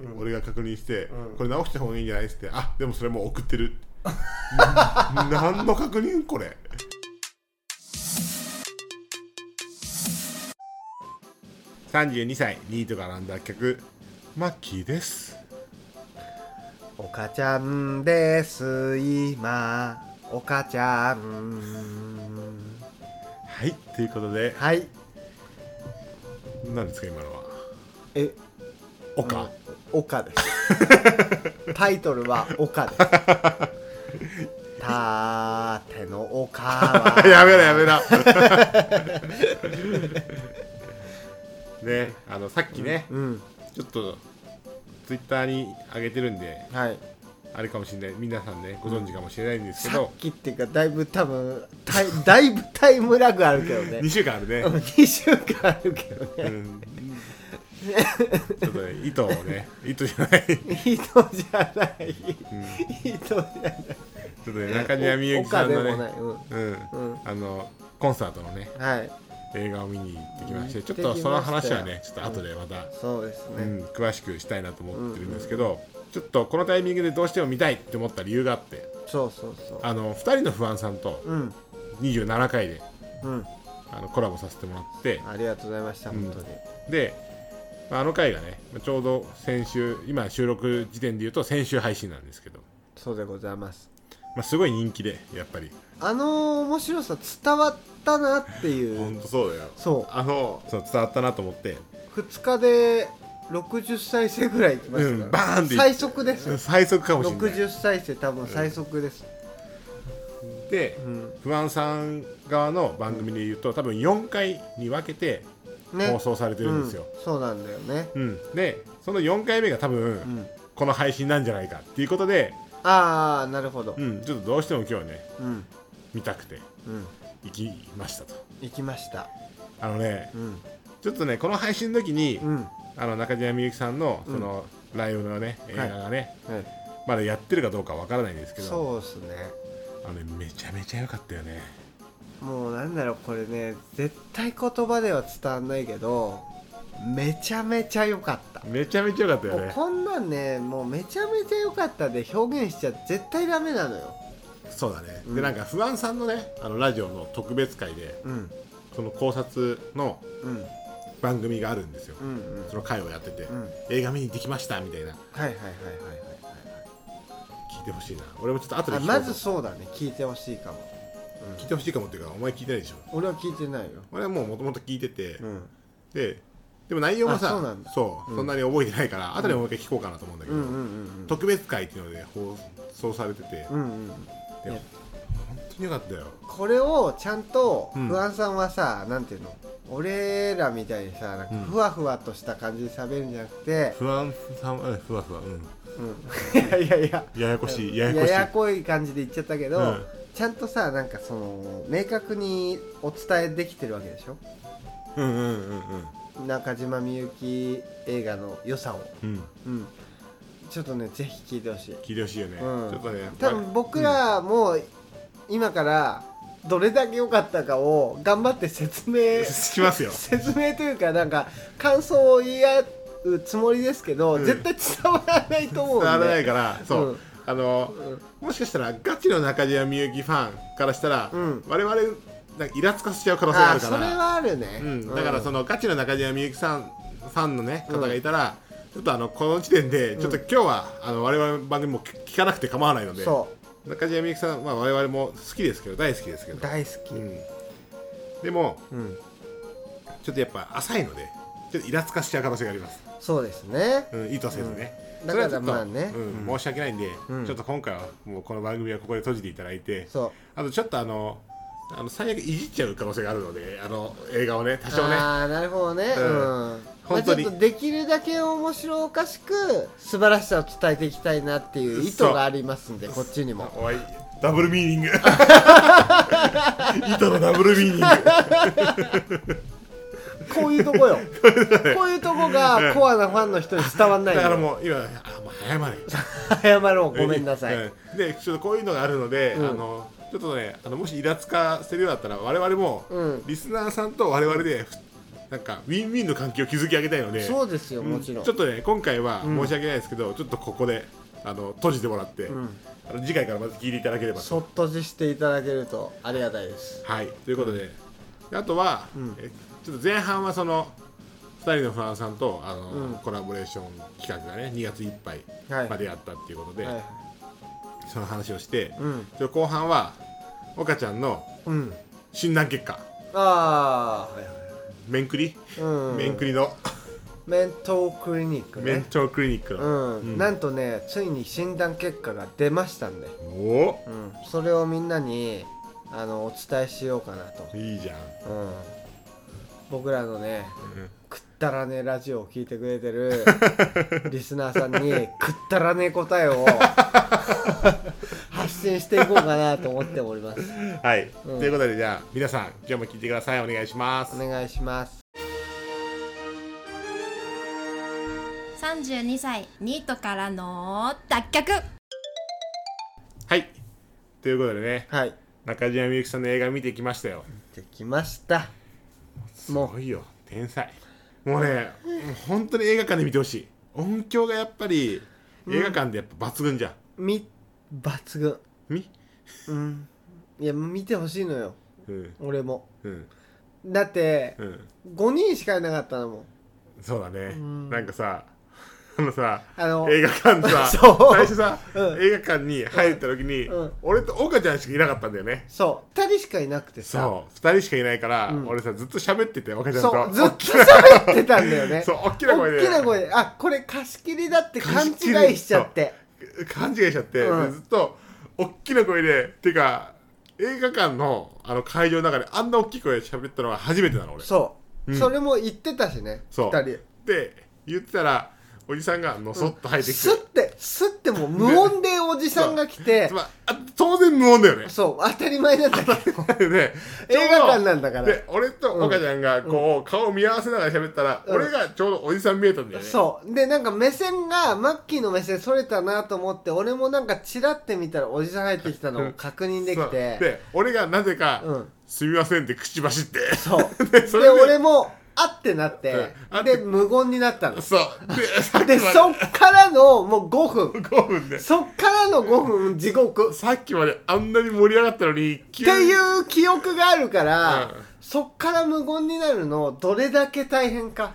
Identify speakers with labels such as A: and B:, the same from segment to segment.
A: うん俺が確認して、
B: うん
A: これ直した方がいいんじゃないっつってあでもそれもう送って るな何の確認これ32歳ニートが選んだ曲マッキーです
B: おかちゃんです今おかちゃん
A: はいということで
B: はい
A: 何ですか今のは
B: え
A: 「おか」
B: おかです タイトルは「おか」 ですたーてのおか は
A: やめろやめ ろねあのさっきね、
B: うん
A: ちょっとツイッターに上げてるんで
B: はい
A: あれかもしれない皆さんねご存知かもしれないんですけ
B: さ
A: ど
B: っ、きっていうかだいぶ多分タイだいぶ タイムラグあるけど
A: 二
B: ね
A: 2週間あるね、
B: 2週間あるけど
A: う
B: ね
A: ん、ちょっとね糸をね糸じゃないち
B: 人じゃない人じゃない
A: ょっとね中庭みゆきさんの
B: おお
A: ね、
B: 金もない
A: うん
B: うん
A: あのコンサートのね
B: うんはい
A: 映画を見に行ってきまして
B: うん
A: ちょっとその話は
B: 行
A: ね
B: って
A: ちょ
B: き
A: っ
B: ました
A: と
B: よ
A: 後でまた、
B: そうです
A: う
B: ね
A: ん、詳しくしたいなと思ってるんですけど、ちょっとこのタイミングでどうしても見たいって思った理由があって
B: そうそうそう
A: あの2人の不安さんと
B: うん
A: 27回で
B: うん
A: あのコラボさせてもらって
B: ありがとうございました
A: うん
B: 本当に
A: で、まあ、あの回がねまあちょうど先週今収録時点で言うと先週配信なんですけど、
B: そうでございます
A: まあ、すごい人気でやっぱり
B: あの面白さ伝わったなっていう
A: 当そうだよ
B: そ
A: あのそう伝わったなと思って
B: う2日で60再生ぐらいいきましたから、
A: うんバーンってい
B: 最速ですよ
A: 最速かもしれない
B: 60再生多分最速です、
A: で
B: うん
A: 不安さん側の番組で言うと多分4回に分けて
B: ね
A: 放送されてるんですよ、
B: うんそうなんだよね、
A: うんでその4回目が多分、
B: うん、
A: この配信なんじゃないかっていうことで、
B: ああなるほど
A: うん、ちょっとどうしても今日はね
B: うん
A: 見たくて
B: うん
A: 行きましたと
B: 行きました
A: あのね
B: うん
A: ちょっとねこの配信の時に、
B: うんは
A: あの中島みゆきさんの
B: うん
A: その、ライブのね
B: い
A: 映画がね、
B: い
A: まだやってるかどうかわからないんですけど
B: そうですね
A: あの、ね、めちゃめちゃ良かったよね
B: もうなんだろうこれね絶対言葉では伝わんないけどめちゃめちゃ良かった
A: めちゃめちゃ良かったよ
B: もう
A: ね
B: こんなんねもうめちゃめちゃ良かったで表現しちゃ絶対ダメなのよ
A: そうだね、
B: うん
A: でなんか不安さんのねあのラジオの特別会で
B: うん
A: その考察の
B: うん
A: 番組があるんですよ、
B: うんうん
A: その会をやってて、
B: うん
A: 映画見に行ってきましたみたいな
B: はいはいはいはい
A: 聞いてほしいな俺もちょっと後
B: はいはい
A: で
B: あ
A: 聞こう
B: ま
A: と
B: ずそうだね聞いてほしいかも、うん
A: 聞いてほしいかもっていうかお前聞いてないでしょ
B: 俺は聞いてないよ
A: 俺はもうもともと聞いてて、
B: うん
A: ででも内容がさ
B: あそうなんだ
A: そう
B: うん
A: そんなに覚えてないから、後でもう一回聞こうかなと思うんだけ
B: う
A: ど、
B: んうんうん
A: 特別会っていうので放送されてて、
B: うんうんうん
A: で
B: いや
A: 本当によかったよ
B: これをちゃんと
A: うん
B: 不安さんはさ、なんていうの俺らみたいにさなんか
A: うん
B: ふわふわとした感じで喋るんじゃなくて、
A: 不安さんうんふわふわうん
B: うん いやいやいや
A: ややこしいや
B: や
A: やこしい
B: やこい感じで言っちゃったけど、
A: うん
B: ちゃんとさなんかその明確にお伝えできてるわけでしょ
A: うんうんうんうん
B: 中島みゆき映画の良さを、
A: うん
B: うん、ちょっとねぜひ聞いてほしい
A: 聞いてほしいよね、
B: うん
A: ちょっとね
B: 多分僕らも今からどれだけ良かったかを頑張って説明
A: しますよ
B: 説明というかなんか感想を言い合うつもりですけど、
A: うん
B: 絶対伝わらないと思
A: 伝
B: うんで
A: わらないからそう、
B: うん
A: あのもしかしたらガチの中島みゆきファンからしたら、
B: うん
A: 我々なんかイラつかせちゃう可能性があ
B: あ
A: る
B: あ
A: か
B: そ
A: ら
B: れはあるね、
A: うん、だからそ
B: の
A: のガチの中島みゆきさんファンのね
B: う
A: 方
B: ん
A: がいたら、ちょっとあのこの時点で
B: うん
A: ちょっと今日は、あの我々の番組も聞聞かなくて構わないので
B: そ
A: 中島みゆきさんは我々も好きですけど大好きですけ
B: う
A: ど、
B: 大好
A: う
B: き、うん
A: ん、でも
B: うん、
A: ちょっとやっぱ浅いのでちょっとイラつかしちゃう可能性があります、
B: そうですね
A: うん、意図せずね、
B: うん
A: それは
B: だからまあね
A: ちょっとうん
B: うん
A: 申し訳ないんで、
B: うん
A: ちょっと今回はもうこの番組はここで閉じていただいて
B: そう
A: あとちょっとあのあの最悪いじっちゃう可能性があるのであの映画をね多少ね
B: ああなるほどね
A: う
B: うんん、ま
A: 本
B: あ、ち
A: 当
B: ょ
A: に
B: っとできるだけ面白おかしく素晴らしさを伝えていきたいなっていう意図がありますんでこっちにも
A: おいダブルミー ニング糸のダブルミーニング
B: こういうとこよ こういうとこがコアなファンの人に伝わんな
A: だ
B: いの
A: からもう今あもう早まれ
B: 謝ろ うごめんなさい、
A: うんでちょっとこういうのがあるので、
B: うん
A: あのちょっとねあのもしイラつかせるようだったら我々も、
B: うん
A: リスナーさんと我々でふなんかウィンウィンの関係を築き上げたいので
B: そうですよ
A: うん
B: もちろん、
A: ちょっとね今回は
B: うん
A: 申し訳ないですけど、ちょっとここであの閉じてもらって、
B: うん
A: あの次回からまた聞いていただければと。
B: そっとじしていただけるとありがたいです
A: はい、ということで、であとは、
B: うん
A: えちょっと前半はその2人のファンさんとあの、
B: うん
A: コラボレーション企画がね2月いっぱい
B: はい
A: までやったっていうことで、
B: はい
A: その話をして、
B: うん
A: で後半は岡ちゃんの
B: うん
A: 診断結果
B: ああはいはい
A: 面クリ、
B: うん、
A: 面クリの
B: メントークリニック
A: メン
B: ね、
A: トクリニック
B: う
A: の、
B: ん
A: うん
B: なんとねついに診断結果が出ましたんで、
A: お
B: うん、それをみんなにあのお伝えしようかなと、
A: おいいじゃん、
B: うん、僕らのね
A: うん
B: くったらねラジオを聞いてくれ てるリスナーさんにくったらね答えを発信していこうかなと思っております
A: はい、
B: うん
A: ということでじゃあ皆さん今日も聞いてくださいお願いします
B: お願いします
C: 32歳ニートからの脱却
A: はいということでね
B: はい
A: 中島みゆきさんの映画見てきましたよ
B: できました
A: す
B: もう
A: ごいよ天才もうねもう本当に映画館で見てほしい音響がやっぱり映画館でやっぱ抜群じゃん、
B: み抜群
A: み
B: うんいや見てほしいのよ
A: うん
B: 俺も
A: うん
B: だって
A: うん
B: 5人しかいなかったのもん
A: そうだね、
B: ん
A: なんかさ あのさ
B: あの
A: 映画館さ
B: そう
A: 最初さ、
B: うん
A: 映画館に入った時に、
B: うん
A: 俺と岡ちゃんしかいなかったんだよね
B: そう2人しかいなくてさ
A: そう2人しかいないから、
B: うん
A: 俺さずっと喋ってて岡ちゃんと
B: そうずっと喋ってたんだよね
A: そう大きな声で
B: 大きな声であこれ貸し切りだって勘違いしちゃって
A: 勘違いしちゃって、
B: うん
A: でずっと大きな声でてか映画館のあの会場の中であんな大きい声で喋ったのが初めてなの俺
B: そう、
A: うん
B: それも言ってたしね
A: そう
B: 2
A: で言ってたらおじさんがのそっと入
B: 人
A: ってき
B: す
A: て、
B: ってすってもう無音でおじさんが来て
A: まああ当然無音だよ ね
B: そう当たり前なんだ けど
A: でちょうど
B: 映画館なんだから
A: で俺と岡ちゃんがこう、顔を見合わせながら喋ったら、
B: うん
A: 俺がちょうどおじさん見えたんだよね
B: そうでなんか目線がマッキーの目線それたなと思って俺もなんかチラって見たらおじさん入ってきたのを確認でき
A: そう
B: て
A: で俺がなぜか、
B: うん
A: すみません」って口走って
B: そう
A: で
B: で
A: それで
B: 俺もあってなって
A: うんあって
B: で無言になったの
A: そうでさっき
B: で
A: ま
B: そっからのもう5 分
A: で5分で
B: そっからの5分地 獄
A: さっきまであんなに盛り上がったのに
B: っ
A: 急
B: て
A: に
B: いう記憶があるか
A: う
B: ら、
A: ん
B: そっから無言になるのどれだけ大変か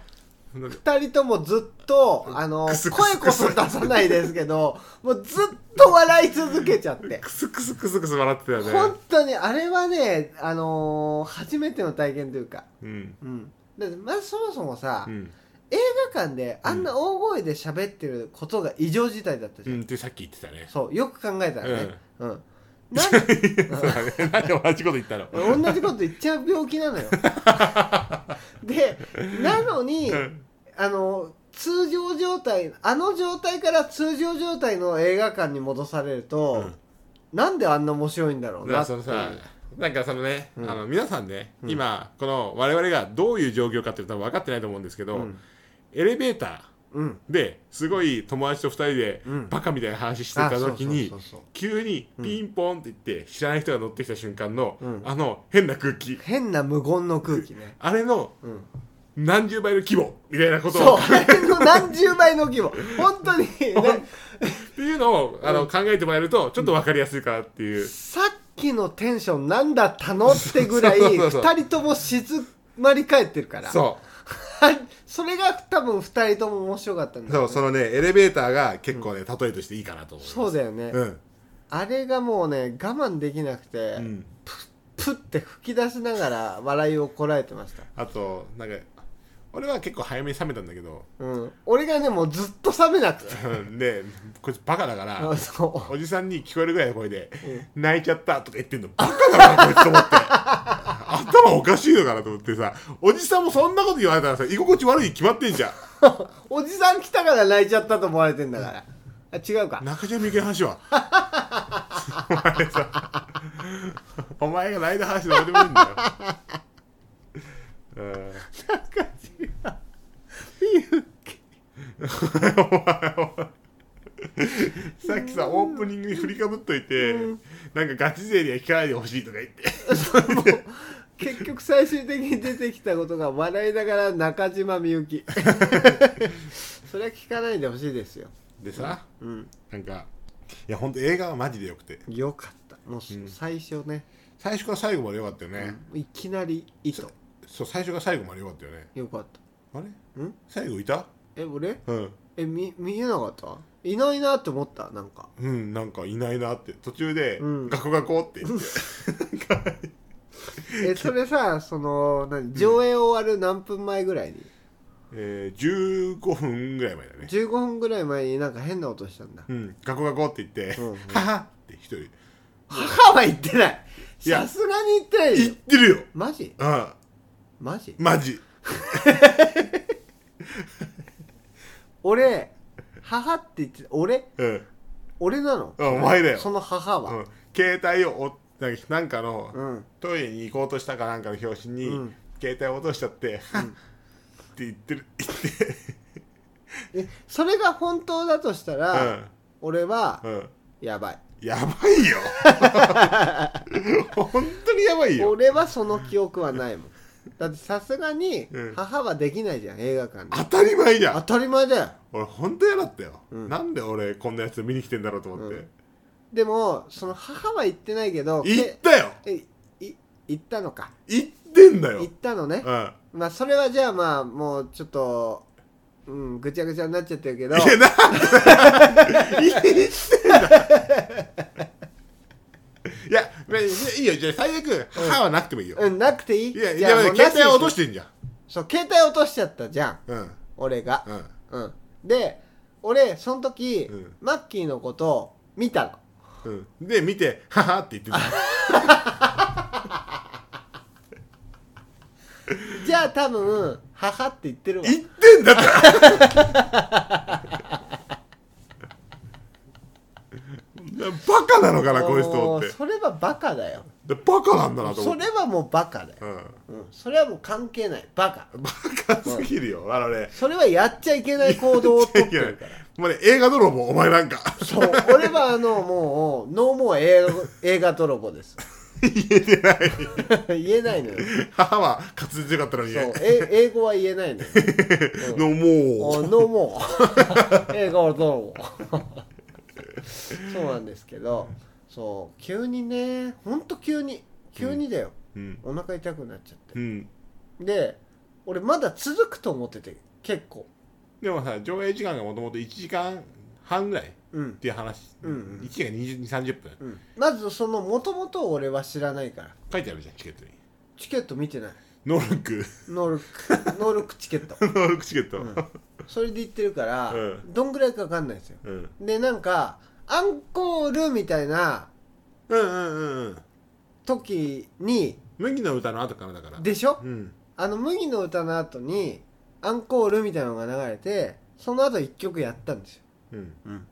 A: なんか
B: 2人ともずっとあの
A: クスク
B: 声
A: スク
B: こ
A: ス
B: そ出さないですけど もうずっと笑い続けちゃって
A: クスクスクスクス笑ってたよね
B: 本当にあれはね、あのー初めての体験というか、
A: うん
B: うん、だってまずそもそもさ、
A: うん、
B: 映画館であんな大声で喋ってることが異常事態だったじ
A: う
B: ゃん、
A: ん、ってさっき言ってたね
B: そうよく考えたらね、うんな
A: そ
B: ん
A: うだね なんで同じこと言ったの
B: 同じこと言っちゃう病気なの よでなのに、
A: うん
B: あの通常状態あの状態から通常状態の映画館に戻されると、なんであんな面白いんだろう
A: だから
B: なっ
A: そ
B: てい
A: うのさなんかそのね、
B: うん
A: あの皆さんね、
B: うん
A: 今この我々がどういう状況かって多分分かってないと思うんですけど、
B: うん
A: エレベータ
B: うん
A: ーですごい友達と2人で
B: うん
A: バカみたいな話してた時に、
B: あそうそうそうそう
A: 急にピンポンって言って知らない人が乗ってきた瞬間の、
B: うん
A: あの変な空気
B: 変な無言の空気ね、
A: あれの
B: うん、
A: 何十倍の規模みたいなこと
B: そう
A: を
B: あれの何十倍の規模 本当に、ね、
A: っていうのをあの、考えてもらえるとちょっと分かりやすいかなっていう、
B: さっきのテンションなんだったのってぐらい
A: そうそうそう
B: 2人とも静まり返ってるから
A: そ
B: それが多分2人とも面白かった
A: う
B: んだ
A: そ
B: よ
A: う
B: ね
A: そのねエレベーターが結構ね、例えとしていいかなと思います
B: そうだよね、
A: うん
B: あれがもうね我慢できなくて、
A: うん
B: プッて吹き出しながら笑いをこらえてました、
A: あとなんか俺は結構早めに冷めたんだけど
B: うん、俺がねもうずっと冷めなく て
A: うんでこいつバカだから
B: あそ う
A: おじさんに聞こえるぐらいの声で「泣いちゃった」とか言ってんのバカだなこいつと思って 頭おかしいのかなと思ってさおじさんもそんなこと言われたらさ居心地悪いに決まってんじゃん
B: おじさん来たから泣いちゃったと思われてんだから。あ違うか。
A: 中島みゆきの話は お前さお前が泣いた話どうでもいいんだようんさっきさオープニングに振りかぶっといて、なんかガチ勢には聞かないでほしいとか言って
B: 結局最終的に出てきたことが笑いながら中島みゆきそれは聞かないでほしいですよ、
A: でさ、
B: うん、
A: なんかいやほんと映画はマジでよくて
B: よかったもう最初ね、
A: 最初から最後までよかったよね、
B: いきなり糸
A: そう最初から最後までよかったよね
B: よかった
A: あれ
B: ん
A: 最後いた
B: え俺
A: うん
B: えみ見えなかったいないなって思ったなんか
A: うんなんかいないなって途中で
B: うん
A: 「ガコガコ」って言って、
B: えそれさその何上映終わる何分前ぐらいに
A: えー、15分ぐらい前だね
B: 15分ぐらい前になんか変な音したんだ
A: うんガコガコって言って
B: うんうん
A: 「はは」って一人
B: 母は言ってない
A: いや
B: さすがに言ってない
A: 言
B: よ
A: ってるよ
B: マジ
A: うん
B: マジ
A: マジ
B: 俺母って言って俺
A: うん、
B: 俺なの
A: うんお前だよ
B: その母
A: う
B: は
A: ん、携帯をおなんかなんかの、
B: うん
A: トイレに行こうとしたかなんかの表紙に、
B: うん
A: 携帯を落としちゃって「はっ」って言ってる言って
B: えそれが本当だとした
A: う
B: ら
A: ん
B: 俺は
A: うん
B: やばい
A: やばい よ本当にやばいよ
B: 俺はその記憶はないもんだってさすがに
A: うん
B: 母はできないじゃん映画館で
A: 当たり前じゃ
B: 当
A: ん
B: たり前だよ
A: 俺本当嫌だったよ、
B: うん
A: なんで俺こんなやつ見に来てんだろうと思って、
B: うんでもその母は言ってないけど
A: 行ったよ
B: けえい言ったのか
A: 行ってんだよ
B: 言ったのね
A: うん
B: まあそれはじゃあまあもうちょっとうんぐちゃぐちゃになっちゃってるけど
A: いやなんで行ってんだいやねいいよじゃあ最悪母はなくてもいいよ、
B: うんなくていい
A: いやい
B: じゃあ
A: や
B: もうなし
A: 携帯は落としてんじゃん
B: そう携帯落としちゃったじゃん
A: うん
B: 俺が
A: うん
B: うんで俺その時、
A: うん
B: マッキーのことを見たの
A: うん、で見て「はは」って言って た
B: じゃあ多分母って言ってるわ
A: 言ってん だってバカなのかなこの人
B: も
A: っ
B: う
A: て
B: それはバカだよ
A: でバカなんだなと思
B: そ
A: っ
B: れ
A: て
B: はもうバカだよ、
A: うん
B: うん、それはもう関係ないバカ
A: バカすぎるよ、あのね
B: それはやっちゃいけない行動をとって るから
A: もうね映画泥棒お前なんか
B: そう俺はあのもうノーモア映画映画泥棒 です言えてない 言えないのよ
A: 母は滑舌よかったのに
B: そう
A: ね
B: え英語は言 えないのよう
A: のも
B: お
A: う
B: のも う映画はどうもそうなんですけどそう急にねほんと急に急にだよ、
A: うん
B: お腹痛くなっちゃって
A: うん
B: で俺まだ続くと思ってて結構
A: でもさ上映時間がもともと1時間半ぐらいっ
B: うん、
A: ていう話、
B: うんうん
A: 1時間2 0 30分
B: うん、まずそのもともと俺は知らないから
A: 書いてあるじゃんチケットに
B: チケット見てない
A: ノールッ ク
B: ノールック ノールックチケット、
A: ノールックチケット、
B: うん、それで行ってるから、
A: うん
B: どんぐらいかかんないんですよ
A: うん
B: でなんかアンコールみたいな
A: うんうんうんうん
B: 時に
A: 麦の歌の後からだから
B: でしょ
A: うん
B: あの麦の歌の後にアンコールみたいなのが流れてその後一曲やったんですよ、
A: うん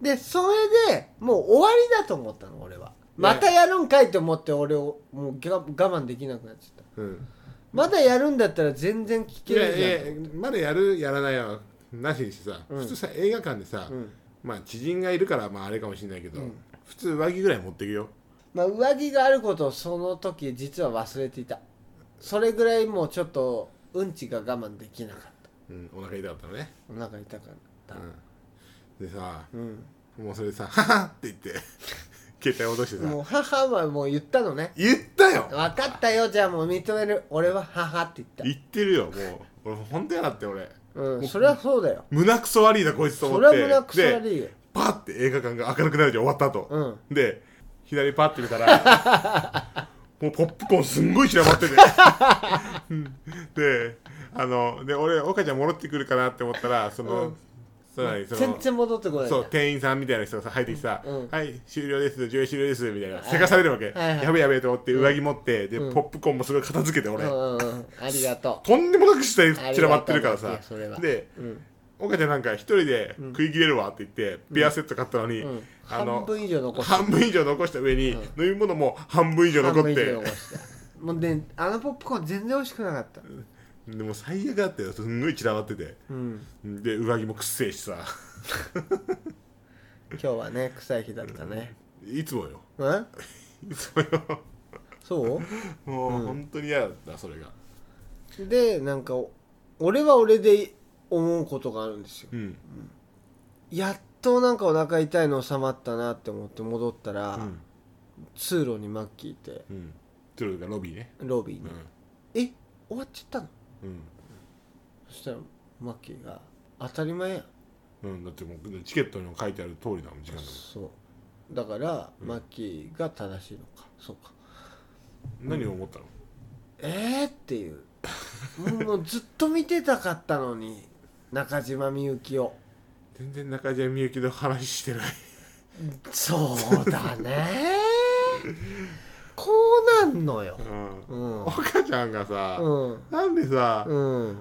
B: でそれでもう終わりだと思ったの俺はまたやるんかいと思って俺をもうが我慢できなくなっちゃった
A: うん
B: まだやるんだったら全然聴
A: い
B: け
A: や
B: る
A: い
B: じゃん
A: やまだやるやらないはなしにしてさ、
B: うん
A: 普通さ映画館でさ、
B: うん
A: まあ知人がいるからまああれかもしれないけど、
B: うん
A: 普通上着ぐらい持ってくよ
B: まあ、上着があることをその時実は忘れていたそれぐらいもうちょっとうんちが我慢できなかっ
A: うん、お腹痛かったのね、
B: たお腹痛かった
A: うん、でさ
B: うん、
A: もうそれでさ「 はは」って言って携帯落として
B: も
A: さ
B: う母はもう言ったのね
A: 言ったよ
B: 分かったよじゃあもう認める俺は母って言
A: 言
B: っ
A: ってるよもう俺ほんとやだって俺
B: たうんそれはそうだよ
A: 胸くそ悪いなこいつと思
B: そ
A: って
B: れは胸くそ悪
A: で
B: いよ
A: パッて映画館が明るくなるじゃん終わった後、
B: うん
A: で左パッて見たら もうポップコーンすんごい散らばって てうんであので俺岡ちゃん戻ってくるかなって思ったらその、
B: うん
A: さらにその
B: 全然戻ってこない
A: そう店員さんみたいな人がさ入ってきてさ「
B: うん
A: はい終了です上映終了です」みたいなせかされるわけ、
B: はいはい
A: やべやべと思って上着持って、で
B: うん
A: ポップコーンもすごい片付けて俺、
B: うんうんうんありがと
A: とんでもなく下に
B: うあり
A: 散らば
B: が
A: っ
B: と
A: て
B: う
A: るから
B: い
A: さ
B: やそれは
A: で
B: うん
A: 岡ちゃんなんか一人で食い切れるわって言って、ビアセット買ったのに、
B: うん
A: あの
B: 半分以上残した
A: 半分以上残した上に、
B: うん
A: 飲み物も半分以上残っ
B: 半分以
A: て
B: 上残したもうねあのポップコーン全然美味しくなかった
A: でも最悪だったよすんごい散らばってて
B: うん
A: で上着もくっせえしさ
B: 今日はね臭い日だったね
A: いつもよ
B: うん
A: いつもよ
B: そ
A: もう、本当に嫌だったそれが
B: うでなんか俺は俺で思うことがあるんですよ
A: うん
B: やっとなんかお腹痛いの収まったなって思って戻ったら、
A: うん
B: 通路にマッキーいて
A: うんというかロビーね
B: ロビ
A: う
B: ーに
A: ん
B: 「え終わっちゃったの?
A: うん」
B: そしたらマッキーが「当たり前やん
A: うん、だってもうチケットにも書いてある通りなの時間だもん
B: そうだから、マッキーが正しいのかそうか
A: 何を思ったの
B: えー、っていうもうもうずっと見てたかったのに中島みゆきを
A: 全然中島みゆきの話してない
B: そうだ ねこうなんのよ
A: う
B: うんん
A: 岡ちゃんがさ、
B: うん
A: なんでさ、
B: うん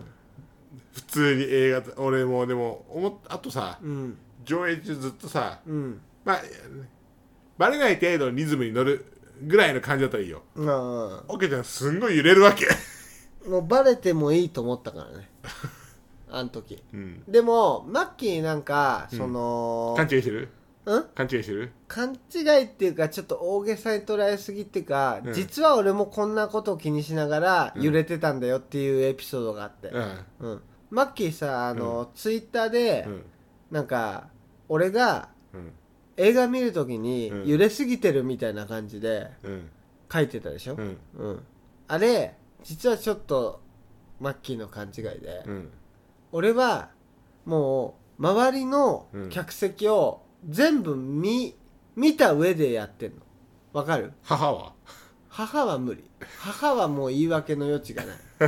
A: 普通に映画俺もでも思っあとさ
B: うん
A: 上映中ずっとさ
B: うん
A: まあバレない程度のリズムに乗るぐらいの感じだったらいいよ
B: まあ
A: 岡ちゃんすんごい揺れるわけ
B: もうバレてもいいと思ったから ねあの時
A: うん
B: でもマッキーなんか
A: うん
B: その、
A: 勘違いしてる
B: うん
A: 勘違いしてる
B: 勘違いっていうかちょっと大げさに捉えすぎっていうか、
A: うん
B: 実は俺もこんなことを気にしながら
A: ん
B: 揺れてたんだよっていうエピソードがあって、
A: うん
B: うんマッキーさあの、ツイッターで、
A: うん
B: なんか俺が
A: うん
B: 映画見るときに
A: うん
B: 揺れすぎてるみたいな感じで
A: うん
B: 書いてたでしょ、
A: うん
B: うんあれ実はちょっとマッキーの勘違いで、
A: うん
B: 俺はもう周りの客席を全部見見た上でやってんのわかる
A: 母は
B: 母は無理母はもう言い訳の余地 がない、う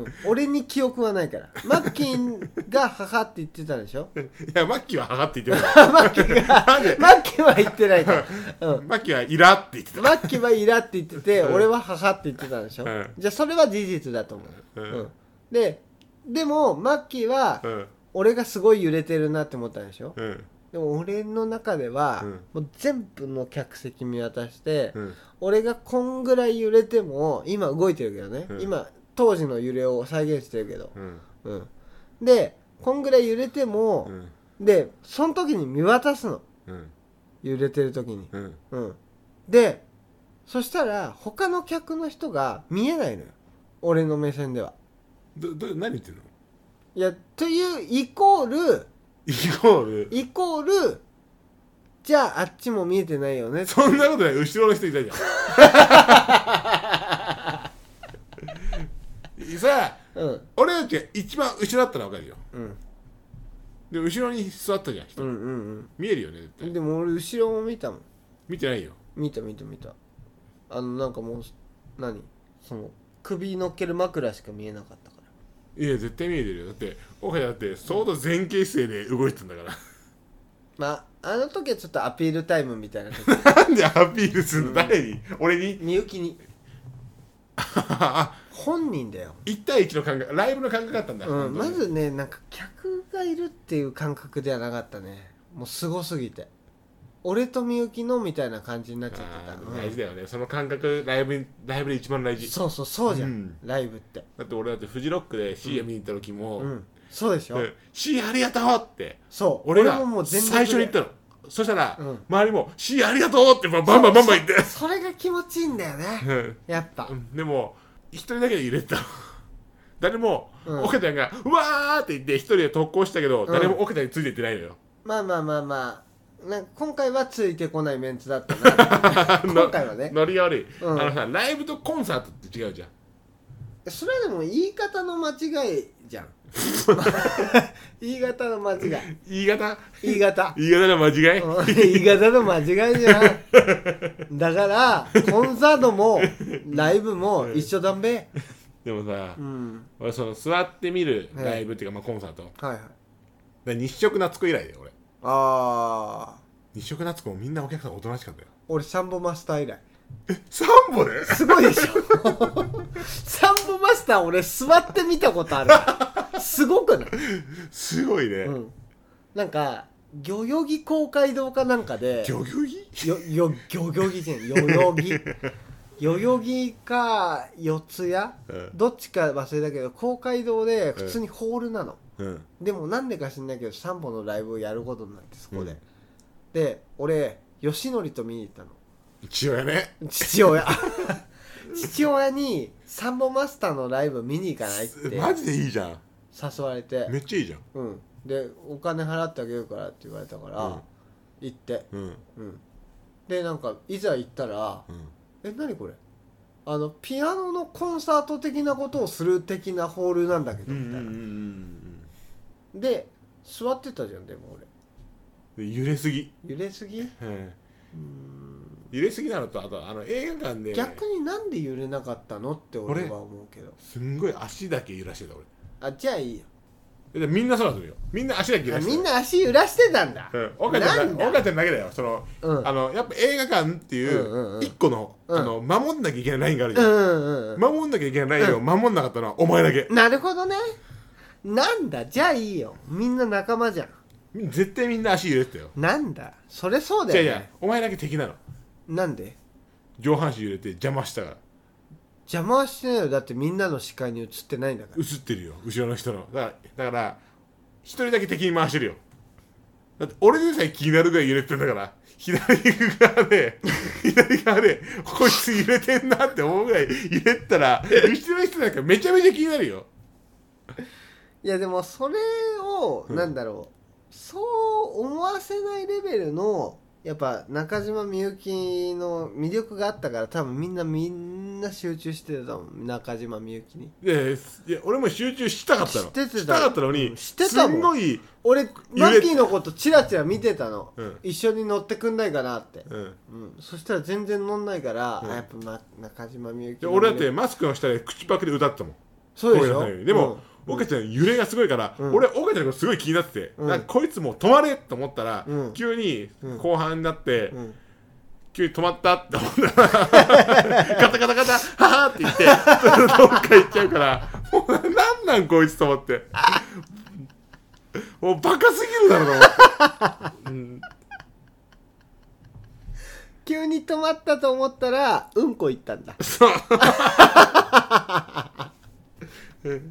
B: ん、俺に記憶はないからマッキーが母って言ってたでしょ
A: いやマッキーは母って 言って
B: マッキーがマッキーは言ってないから、う
A: たマッキーはイラって言ってた
B: ん、マッキーはイラって言ってて俺は母って言ってたでしょ、
A: うん
B: じゃあそれは事実だと思う、
A: うん
B: ででもマッキーは
A: うん
B: 俺がすごい揺れてるなって思ったでしょ、
A: うん
B: でも俺の中では、
A: うん
B: もう全部の客席見渡して、
A: うん
B: 俺がこんぐらい揺れても今動いてるけどね、
A: うん
B: 今当時の揺れを再現してるけど、
A: うん
B: うん、でこんぐらい揺れても
A: う、ん
B: でその時に見渡すの
A: うん
B: 揺れてる時に、
A: うん
B: うん、でそしたら他の客の人が見えないのよ俺の目線では
A: どど何言ってんの
B: いやというイコール
A: イコール
B: イコールじゃああっちも見えてないよねって
A: そんなことない後ろの人いたじゃんさあ
B: うん
A: 俺たちが一番後ろだったら分かるよ
B: うん
A: で後ろに座ったじゃん人、
B: うんうん
A: 見えるよね絶
B: うん
A: 対
B: でも俺後ろも見たもん
A: 見てないよ
B: 見た見た見たあのなんかもう何その首乗っける枕しか見えなかったから
A: いや絶対見えてるよだって岡谷だって相当前傾姿勢で動いてたんだか
B: まああの時はちょっとアピールタイムみ たいな時
A: らなんでアピールするの誰に俺に
B: みゆきに
A: あ
B: 本人だよ、
A: 1対1の感覚ライブの感覚だったんだ、
B: う
A: 本
B: ん、
A: 当
B: ま
A: に
B: ずねなんか客がいるっていう感覚ではなかったねもうすごすぎて俺とみゆきのみたいな感じになっちゃって
A: あ
B: た、
A: ー大事
B: だ
A: だよねその感覚ライブにライブで一番大事
B: そうそうそうじゃん、
A: うん
B: ライブって
A: だって俺だってフジロックで CM 見に行った時も、
B: うんそうでしょ、
A: うん「シーありがとう!」って
B: そう
A: 俺が
B: ももう全力で
A: 最初に言ったのそしたら、
B: うん
A: 周りも「シーありがとう!」ってバンバンバンバン言って
B: そそれが気持ちいいんだよね
A: うん
B: やっぱ
A: うんでも一人だけで入れてたの 誰も
B: うん
A: オケタンが「うわ!」って言って一人で特攻したけど、
B: うん
A: 誰もオケタンについていってないのよ
B: まあまあまあまあなんか今回はついてこないメンツだったな 今回はね
A: ノリが悪い、
B: うん
A: あのさライブとコンサートって違うじゃん
B: それはでも言い方の間違いじゃ ん言い方の間違い
A: 言い方
B: 言い方
A: 言い方の間違い、
B: うん言い方の間違いじゃんだからコンサー トもライブも一緒だんべ
A: でもさ、
B: うん
A: 俺その座って見る
B: はい
A: ライブっていうか、まあ、コンサート
B: はいはい
A: で日食夏子以来だよ俺
B: ああ
A: 日食夏子もみんなお客さんおとなしかったよ
B: 俺サンボマスター以来
A: 3歩です
B: ごいでしょサンボマスター俺座って見たことあるからすごくない
A: すごいね、
B: うん、なんか代々木公会堂かなんかで
A: ギョギョギ
B: よよ代々木じゃん代 々木代々木か四谷、
A: うん
B: どっちか忘れたけど公会堂で普通にホールなの、
A: うん
B: でもなんでか知んないけど3本のライブをやることになってそこで、
A: うん
B: で俺義則と見に行ったの
A: 一応やね
B: 父親父親にサンボマスターのライブ見に行かないって
A: マジでいいじゃん
B: 誘われて、
A: めっちゃいいじゃん
B: うん、でお金払ってあげるからって言われたから、
A: うん
B: 行って、
A: うん
B: うん、でなんかいざ行ったら
A: うん
B: え何これあのピアノのコンサート的なことをする的なホールなんだけどみたいな、
A: ん
B: で座ってたじゃんでも
A: うん揺れすぎ、
B: 俺揺れすぎう
A: うん
B: ーん
A: 揺れすぎなのとあとあの映画館で
B: 逆になんで揺れなかったのって俺は思うけど
A: すんごい足だけ揺らしてた俺
B: あじゃあいいよ
A: でみんなそうなんですよみんな足だけ揺
B: あ
A: らして
B: み
A: た
B: んな足揺らしてたんだ、
A: うん岡ちゃ
B: なんん
A: だ
B: だ
A: 岡ちゃんだけだよその、
B: うん
A: あのやっぱ映画館ってい
B: うんうんう
A: うん一個の,、
B: うん
A: あの守んなきゃいけないラインがあるじ
B: う
A: ゃん、
B: んうんうん
A: 守んなきゃいけないラインを守んなかったのはお前だけ、
B: なるほどねなんだじゃあいいよみんな仲間じゃん
A: 絶対みんな足揺れてたよ
B: なんだそれそうだ
A: じゃ
B: よ
A: い
B: ね
A: やお前だけ敵なの
B: なんで
A: 上半身揺れて邪魔したから
B: 邪魔はしてないよだってみんなの視界に映ってないんだか
A: 映
B: ら
A: ってるよ後ろの人のだからだから一人だけ敵に回してるよだって俺でさえ気になるぐらい揺れてんだから左側で左側でこいつ揺れてんなって思うぐらい揺れてたら後ろの人なんかめちゃめちゃ気になるよ
B: いやでもそれを、
A: うん
B: なんだろうそう思わせないレベルのやっぱ中島みゆきの魅力があったから多分みんなみんな集中してたもん中島みゆきに
A: いやいやいや俺も集中したかったの
B: しててた
A: したかったのに、
B: うんしてたもん
A: すんごい、
B: 俺マッキーのことチラチラ見てたの、
A: うん
B: 一緒に乗ってくんないかなって、
A: うん、
B: うん、そしたら全然乗んないから、
A: うん
B: あやっぱ、ま、中島みゆき
A: で
B: の
A: 俺だってマスクの下で口パクで歌ってたもん
B: そうでし
A: 声が
B: ょ
A: 出ないようにでも、岡ちゃん揺れがすごいから、
B: うん
A: 俺岡ちゃんがすごい気になってて、
B: うん
A: なんかこいつもう止まれと思ったら、
B: うん
A: 急に
B: うん
A: 後半になって、
B: うんうん
A: 急に止まったって思ったら ガタガタガタははーって言ってどっか行っちゃうからもうなんなんこいつと思ってもうバカすぎるだろと思って
B: 急に止まったと思ったらうんこ行ったんだ
A: そう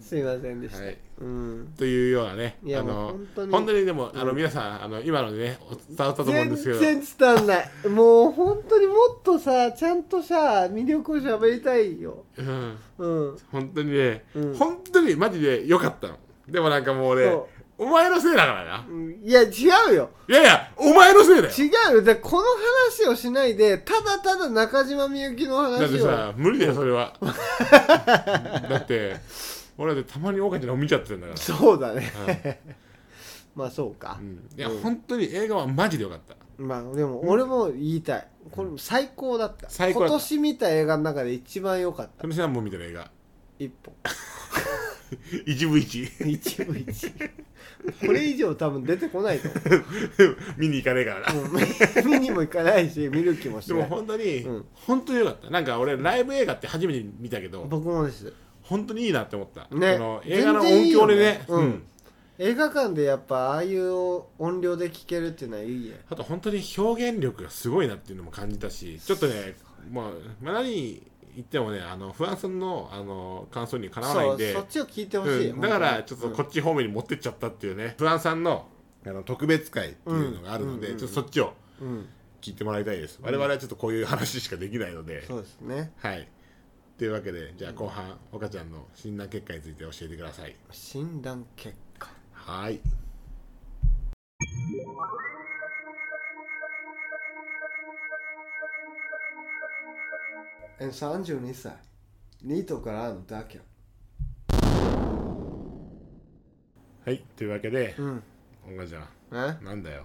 B: すいませんでした、
A: はい
B: うん
A: というようなね
B: いや
A: あ
B: もう
A: の
B: 本当に
A: でもあの皆さんあの今のでねお伝わったと思うんですけど
B: 全然伝わんないもう本当にもっとさちゃんとさ魅力を喋りたいよ
A: うん
B: うん
A: 本当にね、
B: うん
A: 本当にマジで良かったのでもなんかもうね
B: そ
A: お前のせいだからな
B: うんいや違うよ
A: いやいやお前のせいだよ
B: 違うよだからこの話をしないでただただ中島みゆきの
A: だって
B: 話を
A: さ無理だよそれ はだって俺だってたまにオカちゃんの見ちゃってんだから
B: そうだね、 まあそうか
A: う、んいや、
B: うん
A: 本当に映画はマジで良かった
B: まあでも俺も言いたいこれ最高だった
A: 最高だった
B: 今年見た映画の中で一番良かった
A: その三本見てる映画
B: 一本
A: 一部一
B: 一部一部これ以上多分出てこないと思う
A: 見に行かねえからな、
B: 見にも行かないし見る気も
A: で
B: しな
A: も
B: い
A: 本当に、
B: うん
A: 本当に良かったなんか俺ライブ映画って初めて見たけど
B: 僕もです
A: 本当にいいなって思った、
B: ね
A: その映画の
B: 全然
A: 音
B: いいよ
A: 響
B: ね
A: でね
B: うん映画館でやっぱああいう音量で聴けるっていうのはいいや
A: あと本当に表現力がすごいなっていうのも感じたしちょっとね、まあ、まあ何言ってもねあの不安さんのあの感想にかなわない
B: そ
A: ん
B: う
A: で
B: そっちを聞いてほしいよ、
A: うんだからちょっ
B: う
A: と
B: ん
A: こっち方面に持ってっちゃったっていうね不安さんのあの特別会っていうのがあるので、
B: うん
A: ちょっとそっちを
B: うん
A: 聞いてもらいたいです、我々はちょっとこういう話しかできないので、
B: そうですね
A: はいというわけでじゃあ後半岡ちゃんの診断結果について教えてください
B: 診断結果
A: はい
B: え32歳ニートからの脱却
A: はいというわけで
B: うん
A: 岡ちゃ
B: え
A: んなんだよ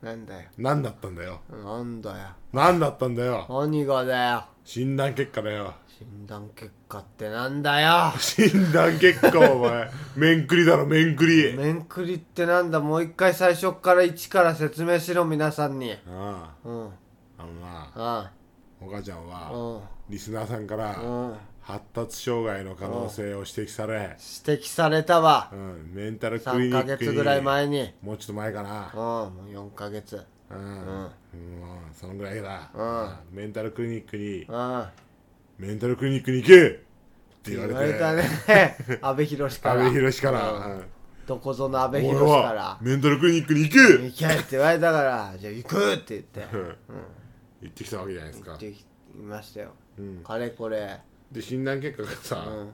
B: なんだよ
A: 何だったんだよ
B: なんだよ
A: 何だったんだよ
B: 何がだよ
A: 診断結果だよ
B: 診断結果ってなんだよ
A: 診断結果お前面食りだろ面食りあ
B: めんくりってなんだもう一回最初から一から説明しろ皆さんに
A: あ
B: うんうん
A: あのな
B: う
A: 岡ちゃんは、
B: ん
A: リスナーさんから
B: うん
A: 発達障害の可能性を指摘され、
B: 指摘されたわ
A: うん、メンタルクリニッ
B: 3ヶ
A: クに
B: 月ぐらい前に
A: もうちょっと前かな
B: うんもう4ヶ月
A: うん、うん
B: ん
A: そのぐらいだ、
B: う
A: メンタルクリニックに
B: うん
A: メンタルクリニックに行けって言われて
B: たね 阿部寛か
A: 阿
B: ら
A: 部寛から、
B: う
A: うんん
B: どこぞの阿部寛
A: 俺
B: か
A: は
B: ら
A: メンタルクリニックに行け、
B: 行けって言われたからじゃあ行くって言っ
A: う
B: て
A: ん、言ってきたわけじゃないです
B: 行
A: か
B: ってきいましたよ
A: うん、
B: かれこれ
A: で診断結果が
B: う
A: さ、
B: ん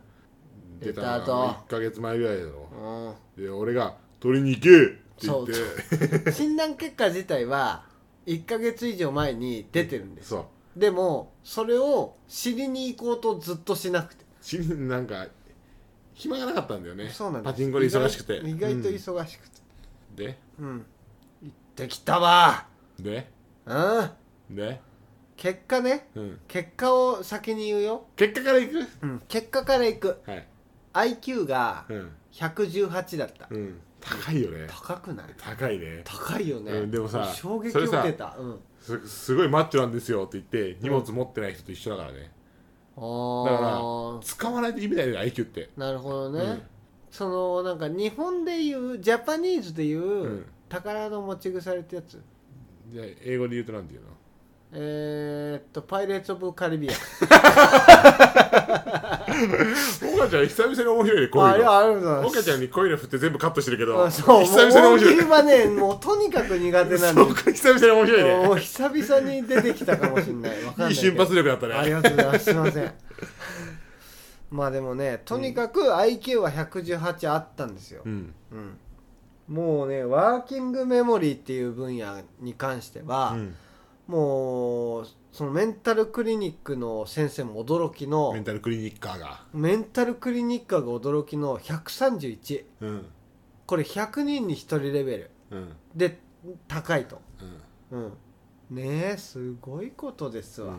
A: 出た
B: 出た後
A: 1か月前ぐらいだろ、
B: うん
A: で俺が「取りに行け!」って言って
B: そ診断結果自体は1ヶ月以上前に出てるんです
A: そう
B: でもそれを知りに行こうとずっとしなくて、
A: 死になんか暇がなかったんだよね
B: そうなんです
A: パチンコで忙しくて
B: 意外意外と
A: うん
B: 忙しくて
A: で
B: うん、行ってきたわ
A: で
B: うん
A: で、
B: 結果ね
A: うん、
B: 結果を先に言うよ、
A: 結果からいく
B: うん、結果からいく
A: はい
B: IQ が
A: うん、
B: 118だった、
A: うん、高いよね
B: 高くない
A: 高いね
B: 高いよね、
A: うんでもさ
B: 衝撃
A: そ
B: を
A: れ
B: 受
A: さ
B: けたうん
A: すすごいマッチョなんですよって言って荷物持ってない人と一緒だからね、
B: あ
A: だから
B: ー
A: 使わないと意味ないよね IQ って
B: なるほどね、
A: うん
B: そのなんか日本でいうジャパニーズでいう、
A: ん
B: 宝の持ち腐れってやつ
A: じゃあ英語で言うとなんて言うの
B: えー、っとパイレーツ・オブ・カリビアン
A: 岡ちゃん久々に面白いねこう
B: あ
A: い
B: いう
A: の
B: やありがとうございます
A: 岡ちゃんにこういうの振って全部カットしてるけど
B: あ
A: 久
B: そう
A: 々
B: もう
A: に面
B: 大喜
A: 白い
B: 利はねもうとにかく苦手なんで
A: そうか久々に面白いね
B: もう久々に出てきたかもしれないわかんない
A: いい
B: けど
A: 瞬発力だったね
B: ありがとうございますすいませ んまあでもねとにかく IQ は118あったんですよ
A: う、ん
B: うんもうねワーキングメモリーっていう分野に関しては、
A: うん
B: もうそのメンタルクリニックの先生も驚きの
A: メンタルクリニッカーが
B: メンタルクリニックが驚きの131
A: うん
B: これ100人に1人レベル
A: うん
B: で高いと、
A: うん
B: うん、ねえすごいことですわ、うんっ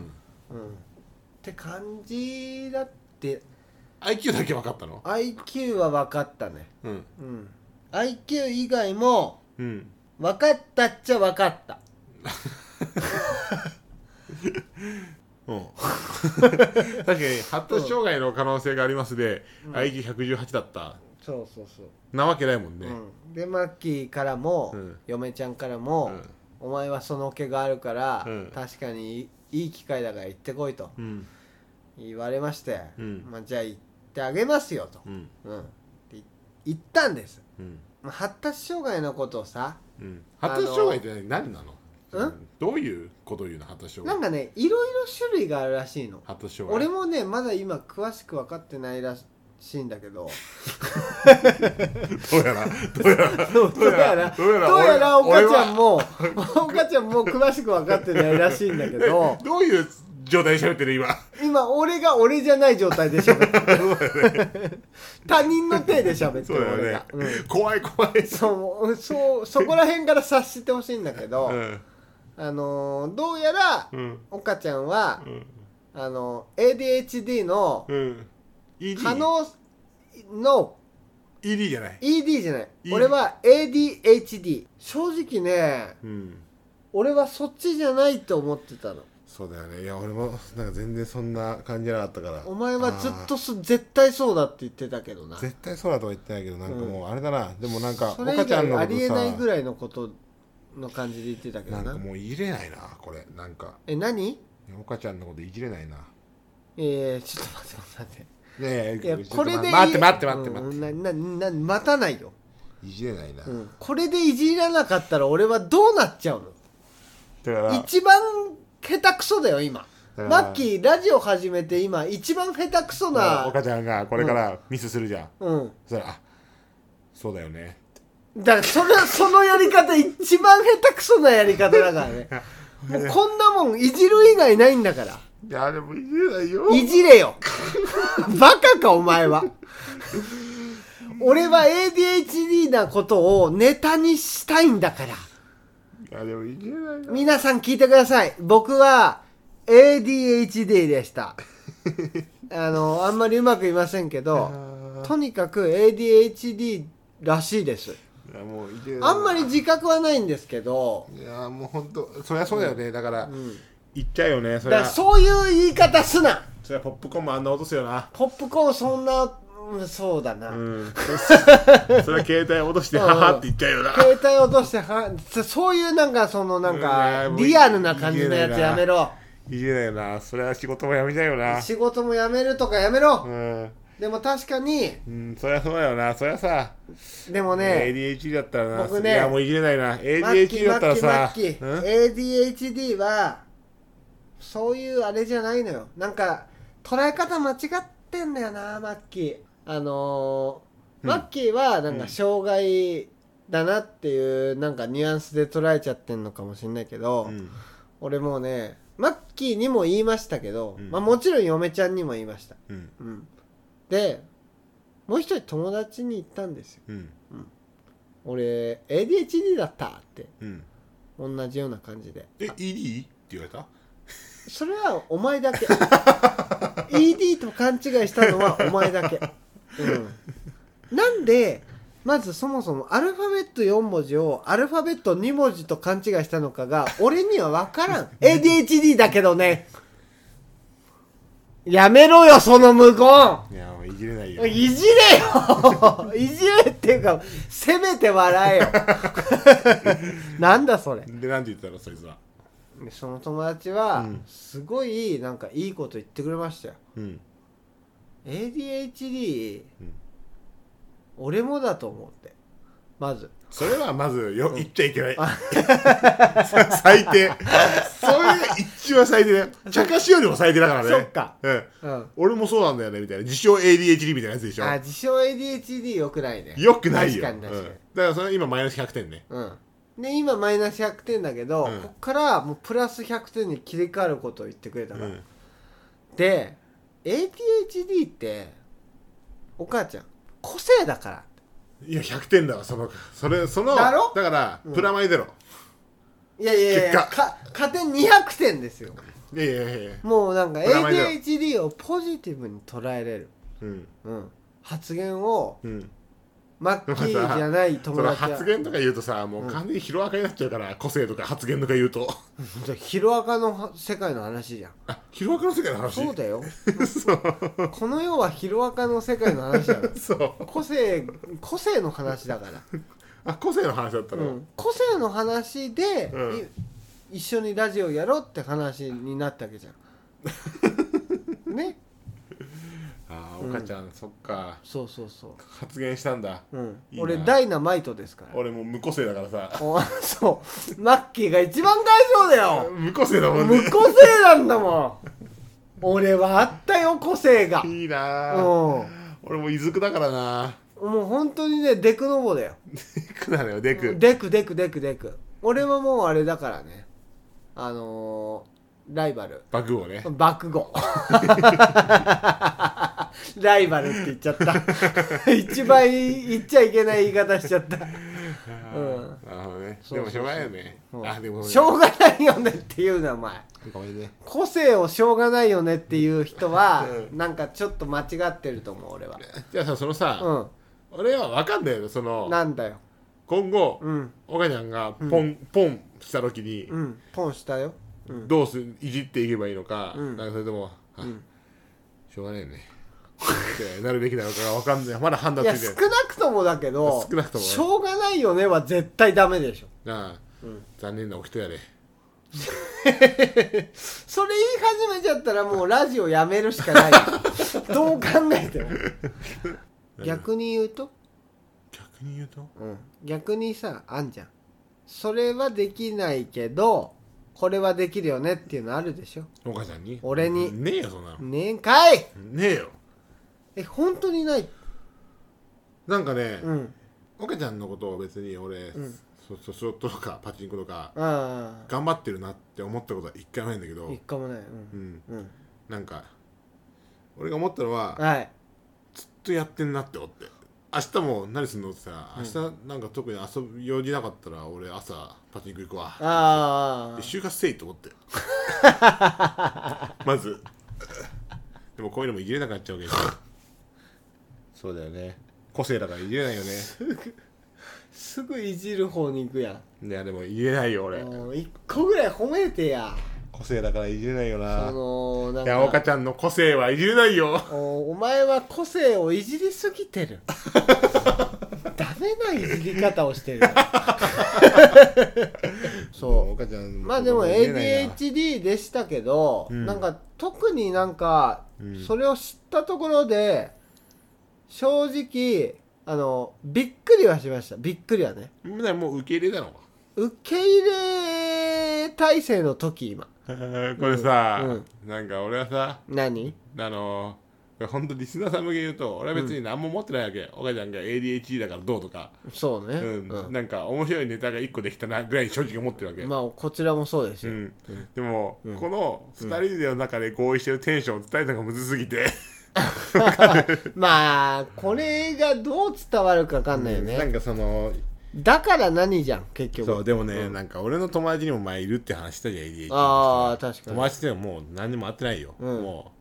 B: て感じだって
A: IQ だけ分かったの
B: IQ は分かったね、
A: うん
B: うん、IQ 以外も
A: うん
B: 分かったっちゃ分かった
A: うん確かに発達障害の可能性がありますで、
B: うん
A: IQ118 だった
B: そうそうそう、
A: なわけないもんね、
B: うん、でマッキーからも、
A: うん
B: 嫁ちゃんからも、
A: うん
B: お前はその気があるから、
A: うん
B: 確かにいいいい機会だから行ってこいと
A: うん
B: 言われまして、
A: うん
B: まあ、じゃあ行ってあげますよと、
A: うん
B: うんで行ったんです、
A: うん
B: まあ、発達障害のことをさ
A: うん発達障害って何なの
B: うん
A: どういうことを言うの発達障
B: なん
A: 害
B: かねいろいろ種類があるらしいの
A: 発達障害
B: 俺もねまだ今詳しく分かってないらしいんだけど
A: どうやらどうやら
B: どうやら
A: どうやら
B: どうやらお
A: 俺俺
B: 母ちゃん
A: は
B: もお母ちゃんも詳しく分かってないらしいんだけど
A: どういう状態で喋ってる今
B: 今俺が俺じゃない状態で喋ってる他人の手で喋って
A: そう
B: る
A: だよ
B: 俺
A: ね
B: がそう,、ん、
A: 怖い怖い
B: そうそうそこら辺から察してほしいんだけど、
A: うん
B: あのーどうやら
A: うん
B: 岡ちゃんは
A: う、ん
B: あの ADHD の
A: うん
B: 可
A: ED
B: 能の
A: ED じゃない
B: ED じゃない、
A: ED
B: 俺は ADHD 正直ね
A: うん
B: 俺はそっちじゃないと思ってたの
A: そうだよねいや俺もなんか全然そんな感じじゃなかったから
B: お前はずっとそ絶対そうだって言ってたけどな
A: あー絶対そうだとは言ってないけどなんかもうあれだな、でもなんか
B: それ
A: 岡
B: 以
A: ちゃん
B: 外
A: の
B: あ
A: こと
B: りえないぐ
A: さ
B: らいのことの感じで言ってたけど
A: なん
B: な
A: かもういじれないなこれなんか
B: え何
A: 岡ちゃんのこといじれないな
B: えー、ちょっと待って待って
A: ねえ
B: 待っていや
A: ちょっと
B: これで
A: 待って待って待って待って、
B: ってななな待たないよ、
A: いじれないな、
B: うん、これでいじらなかったら俺はどうなっちゃう
A: だか
B: の
A: ら
B: 一番下手くそだよ今
A: だ
B: マ
A: から
B: ッキーラジオ始めて今一番下手くそな
A: 岡ちゃんがこれからミスするじゃん、
B: うん
A: そしたらあそうだよね
B: だからそれそのやり方一番下手くそなやり方だから ねもうこんなもんいじる以外ないんだから
A: いやでもいじれないよ
B: いじれよ バカかお前は俺は ADHD なことをネタにしたいんだから
A: やでもいじれないな
B: 皆さん聞いてください僕は ADHD でした あのあんまりうまく言いませんけどとにかく ADHD らしいです
A: いやもういじれない
B: あんまり自覚はないんですけど、
A: いやもう本当そりゃそうだよね、だから
B: うん、
A: 言っちゃうよねそ
B: だ
A: りゃ
B: からそういう言い方すな
A: そりゃポップコーンもあんな落とすよな
B: ポップコーンそんな、うんそうだ な、
A: うん、それは携帯落として「
B: うん
A: はは」って言っちゃうよな
B: 携帯落としてはそそういうなんかそのなんか
A: うんね
B: リアルな感じのやつやめろ
A: いじれないよなそれは仕事も辞めちゃうよな
B: 仕事もやめるとかやめろ
A: うん、
B: でも確かに
A: うん、そりゃそうだよなそりゃさ、
B: でもね
A: ADHD だったらな
B: 僕ね
A: いやもういじれないな
B: マッキ
A: ADHD
B: ーマ
A: だった
B: ッ
A: ら
B: キーマ
A: さ
B: ッキー
A: うん
B: ADHD はそういうあれじゃないのよなんか捉え方間違ってんだよなマッキーあのー
A: うん
B: マッキーはなん
A: う
B: か
A: ん
B: 障害だなっていうなんかニュアンスで捉えちゃってんのかもしれないけど、
A: うん
B: 俺もうねマッキーにも言いましたけど、
A: うん
B: まあ、もちろん嫁ちゃんにも言いました、
A: うん
B: うん、でもう一人友達に言ったんですよ
A: うん
B: 俺 ADHD だったって
A: うん
B: 同じような感じで
A: え ED? って言われた
B: それはお前だけ ED と勘違いしたのはお前だけ、うん、なんでまずそもそもアルファベット4文字をアルファベット2文字と勘違いしたのかが俺には分からん ADHD だけどねやめろよその無言
A: いやもういじれないよ
B: いじれよいじれっていうかせめて笑えよなんだそれ
A: でなんて言ってたのそいつは
B: でその友達
A: う
B: は、
A: ん
B: すごいなんかいいこと言ってくれましたよ
A: うん
B: ADHD
A: うん
B: 俺もだと思ってまず
A: それはまずよ、
B: うん
A: 言っちゃいけない 最低それが一番最低だよ茶化しよりも最低だからね
B: そっか
A: うん
B: うん
A: 俺もそうなんだよねみたいな自称 ADHD みたいなやつでしょ
B: あ自称 ADHD よくないね
A: よくないよ
B: 確かに確か
A: うん
B: に、
A: だからそれ今マイナス100点ね
B: うんで今マイナス100点だけど、
A: うん
B: こっからもうプラス100点に切り替わることを言ってくれた
A: う
B: から、
A: ん
B: で ADHD ってお母ちゃん個性だから
A: いや100点だわそのそれその
B: だろ
A: から、
B: うん
A: プラマイゼロ
B: いやいやいや
A: 結
B: か加点200点ですよ
A: いやいやいやいや
B: もうなんか
A: プラマイだよ
B: ADHD をポジティブに捉えれる、
A: うん
B: うん、発言を
A: うん
B: マッキーじゃない
A: そ
B: 友
A: の
B: 達は
A: 発言とか言うとさもう完全に広赤になっちゃうから、個性とか発言とか言うと
B: じゃあヒロアカの世界の話じゃん
A: あ広赤の世界の話
B: そうだよ
A: そう
B: この世はヒロアカの世界の話だよ
A: そう
B: 個性個性の話だから、
A: あ個性の話だった
B: う
A: の、
B: ん、個性の話で、
A: うん
B: い一緒にラジオやろうって話になったわけじゃ んね
A: ああ岡ちゃん、そっか
B: そうそうそ
A: 発言したんだ
B: う、うん、
A: いいな
B: 俺ダイナマイトですから
A: 俺もう無個性だからさ
B: おそうマッキーが一番大丈夫だよ
A: 無個性だもんね
B: 無個性なん だもん俺はあったよ個性がうん
A: いいなあ
B: も
A: 俺もういずくだからな
B: う本当にねデクノボだよ
A: デクなのよデク
B: デクデクデクデク俺はもうあれだからねあのー、ライバル
A: バグをね
B: 爆語 ライバルって言っちゃった 一番言っちゃいけない言い方しちゃったうん
A: なるほどね
B: そう
A: でもしょうがないよね
B: うん
A: あでも
B: しょうがないよねって言うなお前
A: ごめんね
B: 個性をしょうがないよねっていう人は、
A: う
B: なんかちょっと間違ってると思う俺は
A: じゃあさそのさ
B: う
A: 俺は分かんないよその
B: んなんだよ
A: 今後
B: うん
A: 岡ちゃんがポンポンした時に
B: うんポンしたようん
A: どうすいじっていけばいいのか
B: うん
A: なんかそれともあ
B: うん
A: しょうがないよね ってなるべきなのかが分かんないまだ判
B: い
A: 断
B: や
A: つい
B: 少
A: てない
B: なくともだけど
A: 少なくともね
B: しょうがないよねは絶対ダメでしょ
A: なあ
B: うん
A: 残念なお人やで
B: それ言い始めちゃったらもうラジオやめるし かないよどう考えても逆に言うと、
A: 逆に言うと
B: うん、逆にさあんじゃんそれはできないけどこれはできるよねっていうのあるでしょ
A: 岡ちゃんに
B: 俺に
A: ねえよそんなの
B: ねえんかい
A: ねえよ
B: え本当にない
A: なんかね
B: うん
A: 岡ちゃんのことを別に俺
B: うん
A: そそそとかパチンコとか
B: ああ
A: 頑張ってるなって思ったことは一回もないんだけど
B: 一、日もない、
A: う、
B: うんんうん、
A: なんか俺が思ったのは
B: はい
A: ずっとやってんなって思って明日も何すんのって言ったら明日なんか特に遊ぶ用事なかったら俺朝パチンコ行くわ
B: あ
A: で
B: あ
A: 就活せいと思って まずでもこういうのもいじれなくなっちゃうわけどそうだよね個性だからいじれないよね
B: すぐいじる方に行くや
A: い
B: ん
A: やでも言えないよ俺
B: うん一個ぐらい褒めてや
A: 個性だからいじれないよ
B: そ
A: な
B: のなん
A: いや岡
B: か
A: ちゃんの個性はいじれないよ
B: おお前は個性をいじりすぎ てるダメないじり方をして るそう
A: 岡ちゃん
B: まあでも
A: 言えないな
B: ADHD でしたけど、
A: うん
B: なんか特になんか
A: うん
B: それを知ったところで正直あのびっくりはしましたびっくりはね
A: もう受け入れだろ
B: 受け入れ体制の時今
A: あーこれさ、
B: うん
A: なんか俺はさ
B: 何
A: あのー、本当リスナーさん向けに言うと俺は別に何も持ってないわけ、お母ちゃんが ADHD だからどうとか、
B: そうね、
A: う
B: うん
A: んなんか面白いネタが1個できたなぐらい正直思ってるわけ、
B: まあこちらもそうです
A: う
B: よ、
A: ん、でも、
B: ん
A: この2人の中で合意してるテンションを伝えたのがむずすぎて、
B: まあこれがどう伝わるか分かんないよね、
A: なんかその
B: だから何じゃん結局
A: そうでもね、
B: うん
A: なんか俺の友達にも前いるって話したじゃん ADHD
B: ああ確かに
A: 友達っていうのはもう何年も会ってないよ、
B: うん
A: も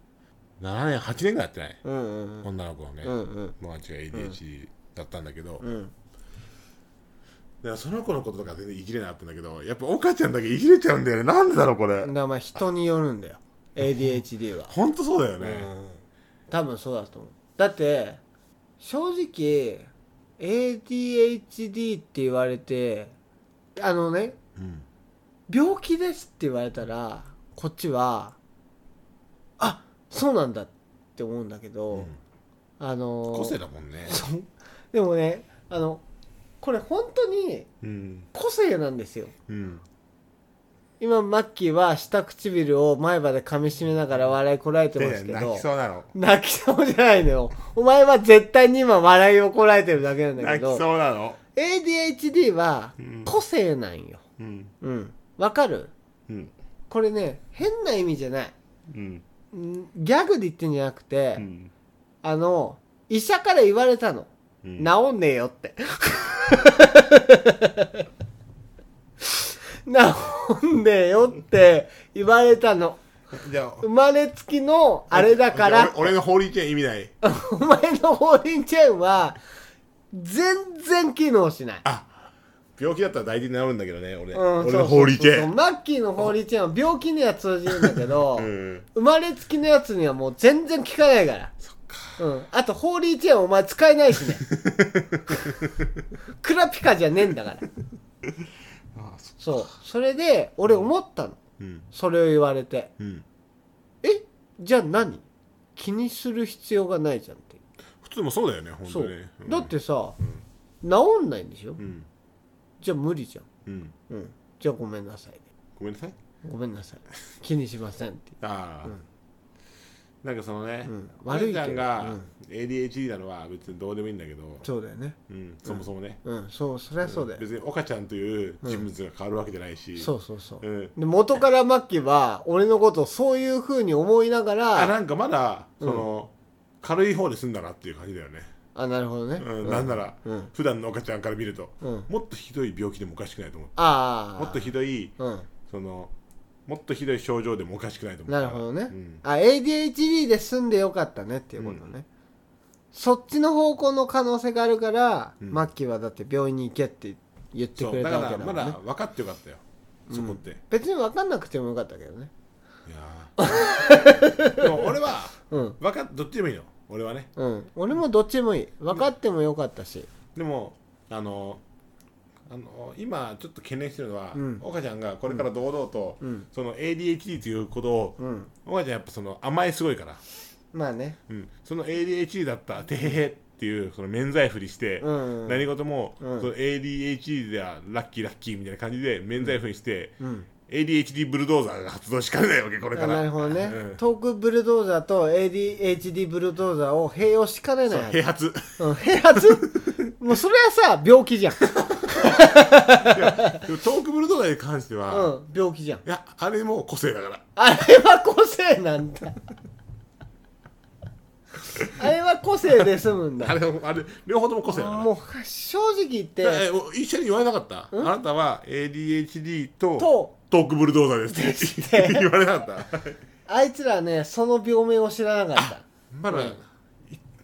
A: う7年8年ぐらい会ってない、
B: うんうんうん
A: 女の子のね、
B: うんうん
A: 友達が ADHD だったんだけど、だ
B: うん
A: からその子のこととか全然いじれなかったんだけどやっぱ岡ちゃんだけいじれちゃうんだよねなんでだろうこれ、
B: だからまあ人によるんだよ ADHD は
A: ほんとそうだ よね、
B: 多分そうだと思うだって正直 ADHD って言われてあのね
A: うん
B: 病気ですって言われたらこっちはあそうなんだって思うんだけど、
A: うん
B: あのー
A: 個性だもんね
B: そう でもねあのこれ本当に
A: うん
B: 個性なんですよ
A: うん
B: 今マッキーは下唇を前歯で噛みしめながら笑いこらえてますけ
A: で
B: ど
A: 泣きそうなの
B: 泣きそうじゃないのよ。お前は絶対に今笑いをこらえてるだけなんだけ
A: 泣き
B: ど、
A: そうなの
B: ADHD は
A: うん
B: 個性なんよ。
A: うん
B: うん。わかる
A: うん
B: これね、変な意味じゃない。
A: うん
B: んギャグで言ってんじゃなくて、
A: うん
B: あの、医者から言われたの。
A: うん
B: 治んねえよって。 治んねえよって言われたの。
A: じゃあ
B: 生まれつきのあれだから。
A: 俺俺の法律権意味ない
B: お前のホーリンチェーンは全然機能しない。
A: 病気だったら大体治るんだけどね俺、
B: うん
A: 俺
B: そう
A: の法律
B: そうそう
A: 権
B: マッキーのホーリーチェーンは病気には通じるんだけ ど、
A: うん
B: 生まれつきのやつにはもう全然効かないから。うん。あと、ホーリーチェーンお前使えないし ね。クラピカじゃねえんだから。
A: ああそ
B: そう。それで、俺思ったの。
A: うん
B: それを言われて。
A: うん
B: えじゃあ何気にする必要がないじゃんって。
A: 普通もそうだよね本
B: そ
A: 当
B: う
A: にね。うん
B: だってさ、治んないんでしょ
A: うん
B: じゃあ無理じゃ
A: う
B: ん。
A: ん
B: うん、じゃあごめんなさい
A: ごめんなさい
B: ごめんな さい気にしませんって
A: ああ、
B: うん
A: なんかそのね、
B: うん
A: 悪
B: 悪
A: いち
B: いけど
A: ゃんが
B: うん
A: ADHD なのは別にどうでもいいんだけど、
B: そうだよね
A: うん、そもそもね、
B: うんそうそりゃそうだよ、
A: 別に岡ちゃんという人物が変わるわけじゃないし、
B: そうそうそう、
A: うん
B: で元からマッキーは俺のことをそういうふうに思いながら
A: あ
B: あ
A: なんかまだその、軽い方で済んだなっていう感じだよね、
B: なるほどね、
A: うんなんなら、
B: うん
A: 普段の岡ちゃんから見ると、
B: うん
A: もっとひどい病気でもおかしくないと思う
B: ああ
A: もっとひどい
B: うん
A: そのもっとひどい症状でもおかしくないと思う
B: なるほどね、
A: うん
B: あ ADHD で済んでよかったねっていうことね、そっちの方向の可能性があるから、
A: うん
B: マッキーはだって病院に行けって言って
A: そう
B: くれ
A: だ
B: た
A: か
B: わけ
A: らま
B: だもんね
A: だ分かってよかったよ、そこって
B: 別に分かんなくてもよかったけどね
A: いやー でも俺は
B: うん
A: 分かっどっちでもいいの俺はね
B: うん、俺もどっちもいい分かってもよかったし、
A: でもあのあの今ちょっと懸念してるのは、
B: うん
A: 岡ちゃんがこれから堂々と、
B: うん
A: その ADHD ということを、
B: うん、
A: 岡ちゃんやっぱその甘えすごいから、
B: まあね
A: うん、その ADHD だったてへへっていうその免罪振りして、
B: うんうん
A: 何事も、
B: うん
A: その ADHD ではラッキーラッキーみたいな感じで免罪振りして、
B: うん
A: ADHD ブルドーザーが発動しかねないわけこれか
B: あ
A: ら
B: なるほどね、
A: うん
B: トークブルドーザーと ADHD ブルドーザーを併用しかね
A: そう
B: ない
A: 併 発
B: うん 併発もうそれはさ病気じゃん、
A: でもトークブルドーザーに関しては、
B: うん、病気じゃん
A: いや、あれもう個性だから。
B: あれは個性な んだあれは個性で済むん
A: あ
B: だ
A: れも、あれ、両方とも個性だから。
B: もう正直言っ
A: だからえ
B: て
A: 一緒に言われなかった。あなたは ADHD と
B: と
A: トークブルドーザーですって 言われなかった。
B: あいつらねその病名を知らなかった
A: まだ、い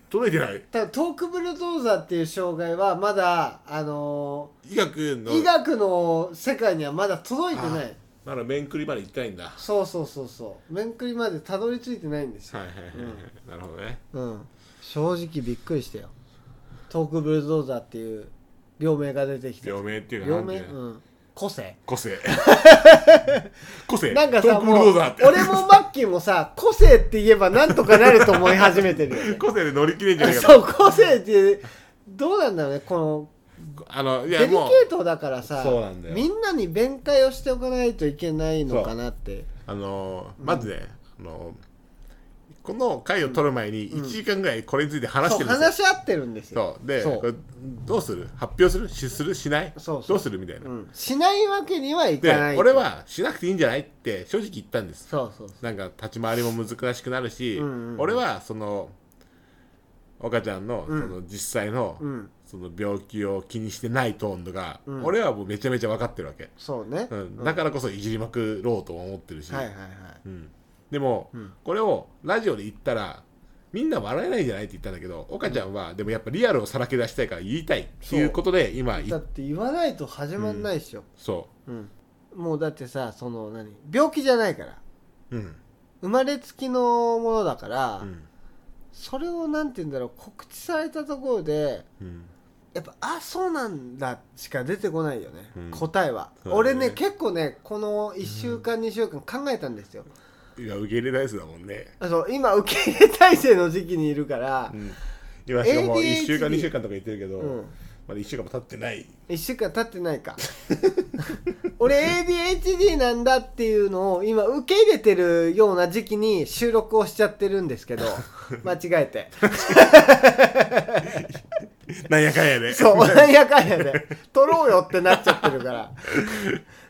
A: 届いてない。
B: ただトークブルドーザーっていう障害はまだあの
A: 医学の、
B: ー医学の世界にはまだ届いてない
A: まだ面食りまで行ってないんだ。は
B: そうそうそうそう面食いまでたどり着いてないんです
A: い
B: よ、
A: はいはいはい。なるほどね。
B: うん正直びっくりしたよトークブルドーザーっていう病名が出てきて
A: 病名っていうか、
B: 病
A: なん
B: 名
A: ていうの
B: うん個性
A: 個 性。個性。
B: なんか
A: ト
B: さ
A: ークブル
B: も
A: ドー
B: う
A: ザーって。
B: 俺もマッキーもさ個性って言えばなんとかなると思い始めてるよね
A: 個性で乗り切れんじゃないか
B: そう個性ってどうなんだろうねこの
A: と。あの、い
B: デ
A: や、
B: リケ
A: もう。
B: ートだからさ
A: そうなんだよ
B: みんなに弁解をしておかないといけないのかなって
A: あのーまずね、あのーこの回を撮る前に1時間ぐらいこれについて話し
B: そ
A: てる
B: う
A: んですよ、
B: 話し合ってるんですよ
A: そうで
B: そう
A: これどうする発表するしするしない
B: そうそう
A: どうするみたいな、
B: うん、しないわけにはい
A: で
B: かない
A: 俺はしなくていいんじゃないって正直言ったんです
B: そうそうそう
A: なんか立ち回りも難しくなるし、
B: うんうんうん
A: 俺はその岡ちゃんのそ
B: ん
A: の実際の,、
B: うん
A: その病気を気にしてないトーンとか、
B: うん
A: 俺はもうめちゃめちゃ分かってるわけ、
B: そうね、
A: う
B: うん
A: ん、だからこそいじりまくろうとも思ってるし、
B: はいはいはい
A: うん、でも、
B: うん
A: これをラジオで言ったらみんな笑えないんじゃないって言ったんだけど岡ちゃんは、でもやっぱリアルをさらけ出したいから言いたいっていうことで今い
B: だって言わないと始まんないでしょ、
A: そ
B: うんもうだってさその何病気じゃないから
A: ううん
B: 生まれつきのものだから、
A: うん
B: それをなんて言うんだろう告知されたところで
A: うん
B: やっぱ「あそうなんだ」しか出てこないよね、
A: うん
B: 答えは、
A: そうだね
B: 俺ね結構ねこの1週間、2週間考えたんですよ
A: いや受け入れないですだもんね、
B: あそう今受け入れ体制の時期にいるから
A: う、ん、今しかも
B: ADHD
A: 1週間2週間とか言ってるけど、
B: うん
A: まだ1週間も経ってない
B: 1週間経ってないか 俺 ADHD なんだっていうのを今受け入れてるような時期に収録をしちゃってるんですけ ど間違えて
A: なんやかんやで
B: そう、 なんやかん やで、撮ろうよってなっちゃってるから。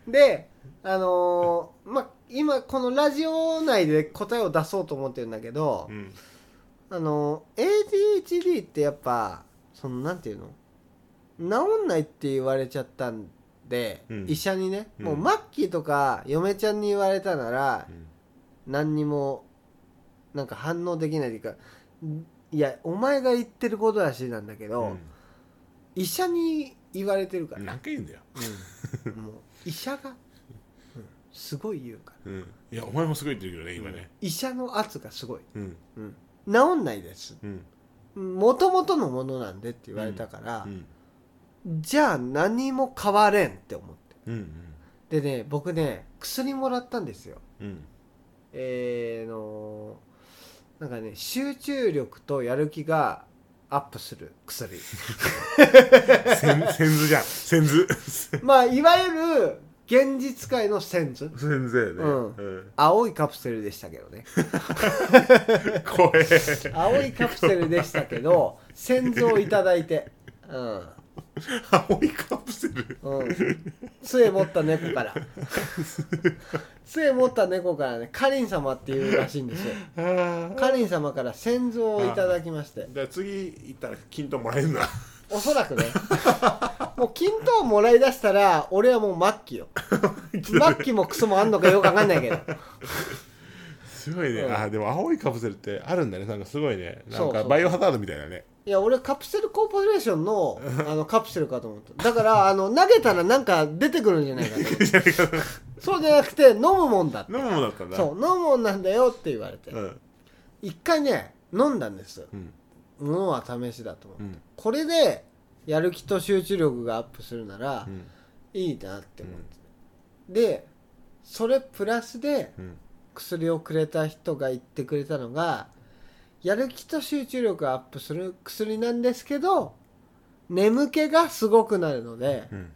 B: で、あのーまあ、今、このラジオ内で答えを出そうと思ってるんだけど、
A: うん
B: あのー ADHD ってやっぱ、その、なんていうの治んないって言われちゃったんで、
A: うん
B: 医者にね、
A: うん
B: もうマッキーとか嫁ちゃんに言われたなら
A: う、ん
B: 何にも、なんか反応できないというか、いや、お前が言ってることらしいなんだけど、医者に言われてるか
A: うん、
B: ら、
A: 何回言うんだよ、
B: うんもう医者が、うんすごい言うから
A: うん、いやお前もすごい言ってるけどね今ね
B: 医者の圧がすごい、
A: うん
B: うん治んないです
A: うん
B: もともとのものなんでって言われたから
A: う、ん
B: じゃあ何も変われんって思っ
A: うん
B: てでね僕ね薬もらったんですよ
A: うん
B: えー、のなんかね集中力とやる気がアップする 薬
A: せんせんずじゃんせんずせ
B: まあいわゆる現実界の先祖
A: んずやね、
B: うん
A: うん
B: 青いカプセルでしたけどね
A: 怖え
B: 青いカプセルでしたけど先祖をいただいてうん、
A: 青いカプセル
B: うん、杖持った猫から 杖持った猫からねカリン様っていうらしいんですよ
A: あ
B: カリン様から先祖をいただきまして
A: じゃあ次行ったら金ともらえるな
B: おそらくねもう均等もらいだしたら俺はもう末期よ末期もクソもあんのかよくわかんないけど
A: すごいね、
B: うん
A: あでも青いカプセルってあるんだねなんかすごいねな
B: そ
A: ん
B: うそ
A: か
B: う
A: バイオハザードみたいなね
B: いや俺カプセルコーポレーションのあのカプセルかと思った だからあの投げたらなんか出てくるんじゃないかと思ったそうじゃなくて飲むもんだって
A: 飲むものだったんだ
B: そう飲むもんなんだよって言われて
A: うん
B: 一回ね飲んだんです
A: うん
B: ものは試しだと思
A: う
B: う、
A: ん
B: これでやる気と集中力がアップするなら
A: うん
B: いいなって思って、でそれプラスで
A: うん
B: 薬をくれた人が言ってくれたのがやる気と集中力がアップする薬なんですけど眠気がすごくなるので、
A: うん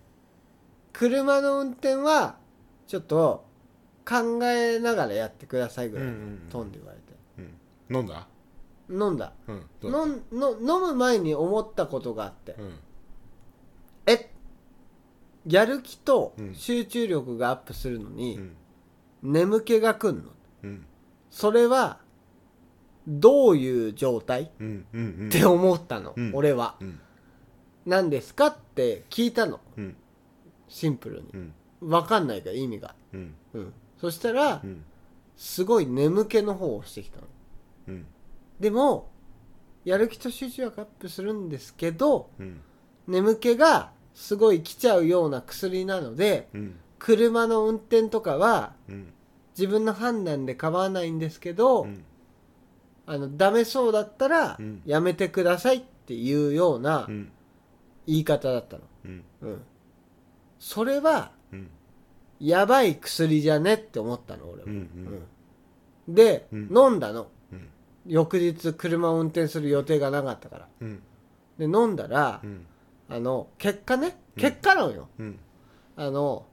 B: 車の運転はちょっと考えながらやってくださいぐらい
A: うんうんうん
B: 飛んで言われて、
A: うん飲んだ
B: 飲んだ
A: うんどうだ
B: のんの飲む前に思ったことがあって、
A: うん
B: えやる気と
A: うん
B: 集中力がアップするの
A: う
B: に、
A: ん
B: 眠気がくんの
A: うん
B: それはどういう状態っ
A: うんうんうん
B: て思ったの、
A: うん
B: 俺は
A: うん
B: 何ですかって聞いたの
A: うん
B: シンプルに
A: うん
B: 分かんないから意味が、
A: うん
B: うん、そしたら
A: うん
B: すごい眠気の方を押してきたの
A: うん
B: でもやる気と集中力アップするんですけど
A: うん
B: 眠気がすごい来ちゃうような薬なので
A: うん
B: 車の運転とかは
A: うん
B: 自分の判断で構わないんですけど、
A: うん
B: あのダメそうだったら
A: うん
B: やめてくださいっていうような
A: うん
B: 言い方だったの、
A: うん
B: うん、それは
A: うん
B: やばい薬じゃねって思ったの俺
A: う
B: は、
A: ん
B: うんで、
A: うん
B: 飲んだの
A: うん
B: 翌日車を運転する予定がなかったから
A: うん
B: で飲んだら、
A: うん
B: あの結果ね
A: うん
B: 結果論よ、
A: うん
B: あの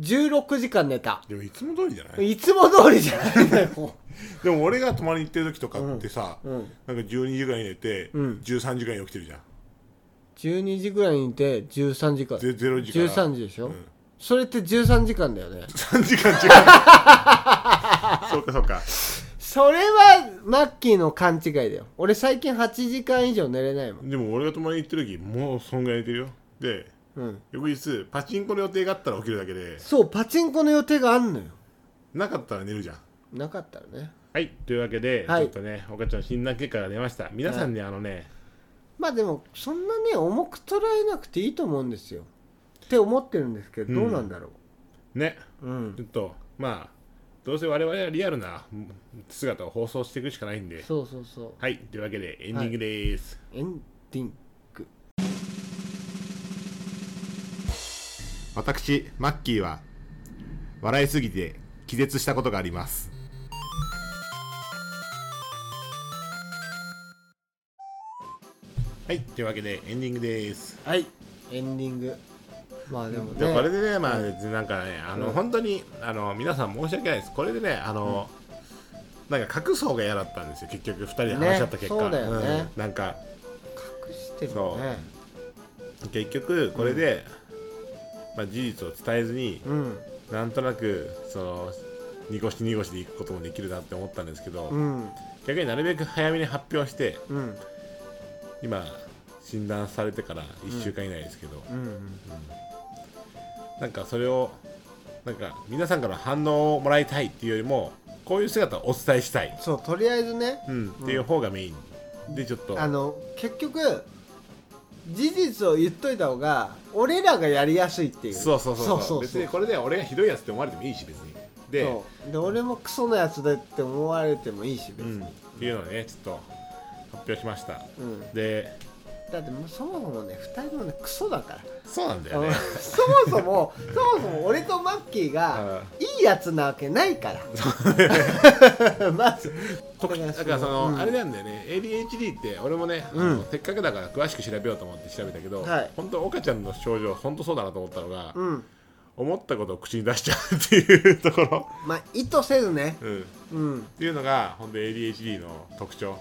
B: 16時間寝た
A: でもいつも通りじゃない
B: いつも通りじゃないんだよ、
A: でも俺が泊まりに行ってる時とかってさ、
B: うん、
A: なんか12時ぐらいに寝て、
B: うん
A: 13時ぐらいに起きてるじゃん
B: 12時ぐらいにいて13時間
A: ゼ0時から
B: 13時でしょ、
A: うん
B: それって13時間だよね
A: 3時間違うそうかそうか
B: それはマッキーの勘違いだよ俺最近8時間以上寝れないもん
A: でも俺が泊まりに行ってる時もうそんぐらい寝てるよで
B: うん
A: 翌日パチンコの予定があったら起きるだけで
B: そうパチンコの予定があんのよ
A: なかったら寝るじゃん
B: なかったらね
A: はいというわけで、
B: はい
A: ちょっとね岡ちゃんの診断結果が出ました皆さんね、あのね
B: まあでもそんなね重く捉えなくていいと思うんですよって思ってるんですけど
A: うん
B: どうなんだろ
A: ね
B: ううん、
A: ちょっとまあどうせ我々はリアルなうん姿を放送していくしかないんで
B: そうそうそう
A: はいというわけでエンディングです、
B: エンディング
A: 私マッキーは笑いすぎて気絶したことがありますはいというわけでエンディングです
B: はいエンディングまあでもね
A: でもこれでね、まあ、なんかね、あの、本当に、あの、皆さん申し訳ないです。これでね、あの。なんか隠す方が嫌だったんですよ。結局二人で話し合った結果、
B: ねそうだよね
A: うんなんか、
B: 隠してるね
A: 結局これで。まあ、事実を伝えずに、
B: うん
A: なんとなく、その。濁し濁しでいくこともできるなって思ったんですけど、
B: うん
A: 逆になるべく早めに発表して、
B: うん
A: 今。診断されてから1週間以内ですけど、
B: うん
A: なんかそれをなんか皆さんからの反応をもらいたいっていうよりもこういう姿をお伝えしたい、
B: そうとりあえずね
A: うん、っていう方がメインでちょっと、
B: あの結局事実を言っといた方が俺らがやりやすいっていう
A: そうそうそうそう
B: そうそう
A: 別にこれで俺がひどいやつって思われてもいいし別にでう、
B: そうで俺もクソのやつだって思われてもいいし別
A: ん、
B: に
A: っていうのをねちょっと発表しました
B: うん、
A: で
B: だってもうそもそもね2人ともねクソだから
A: そうなんだ
B: そ
A: よ
B: も
A: ね
B: そもそもそも俺とマッキーがいいやつなわけないか らまず
A: 特
B: だ
A: だ
B: からその
A: からその、
B: うん
A: あれなんだよね ADHD って俺もね、あの
B: うん
A: せっかくだから詳しく調べようと思って調べたけど、
B: はい
A: 本当岡ちゃんの症状本当そうだなと思ったのが、
B: うん
A: 思ったことを口に出しちゃうっていうところ、
B: まあ意図せずね
A: うん、
B: うん
A: っていうのが本当 ADHD の特徴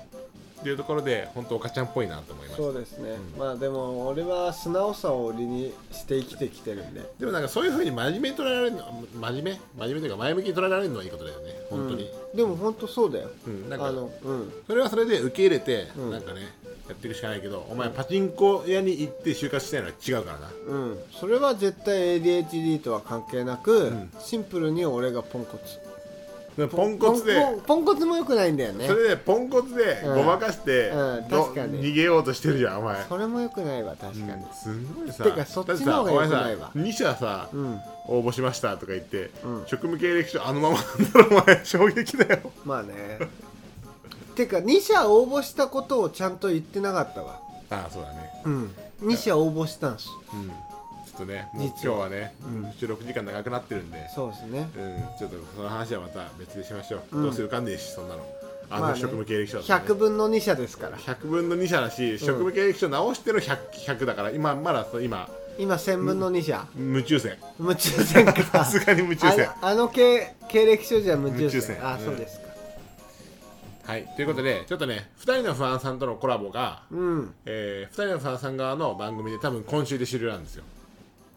A: っていうところで本当おかちゃんっぽいなと思いまし
B: そ
A: た
B: うですね、まあでも俺は素直さを売りにして生きてきてるんで
A: でもなんかそういうふうに真面目に捉えられるの真面目真面目というか前向きに捉えられるのはいいことだよね本当に、
B: うんでも本当そうだよ、
A: うんなん
B: あ
A: か
B: のうん
A: それはそれで受け入れて、
B: うん
A: なんかねやっていくしかないけどお前パチンコ屋に行って就活したいのは違うからな
B: うんそれは絶対 ADHD とは関係なく、
A: ん
B: シンプルに俺がポンコツ
A: でもポンコツで
B: ポンポンコツも良くないんだよね
A: それでポンコツで
B: うん
A: ごまかして、
B: うん
A: ど
B: 確かに
A: 逃げようとしてるじゃんお前
B: それも良くないわ確かに、
A: うんすんごいさ
B: てかそっちの方が良くないわ
A: だってさお前さ2社さ、
B: うん
A: 応募しましたとか言って、
B: うん
A: 職務経歴書あのままなんだろお前衝撃だよ
B: まあねてか2社応募したことをちゃんと言ってなかったわ
A: ああそうだね
B: うん2社応募したんです
A: うんちょっとねもう今日
B: 実は
A: はね、収録時間長くなってるんで
B: そうですね
A: うんちょっとその話はまた別でしましょう、
B: うん
A: どうせ浮かんねえしそんなのあ
B: ま
A: の
B: ね
A: 職務経歴書だとね、
B: 100分の2社ですから
A: 100分の2社だし職務経歴書直しての 100, 100だから今まだそう今
B: 今1000分の2社、
A: 夢中線
B: 夢中線か
A: さすがに夢中線
B: あのあの経経歴書じゃ夢中線
A: 夢中線
B: あ
A: うん
B: そうですか
A: はいということでちょっとね2人の不安さんとのコラボが、
B: うん
A: え2人の不安さん側の番組で多分今週で終了なんですよ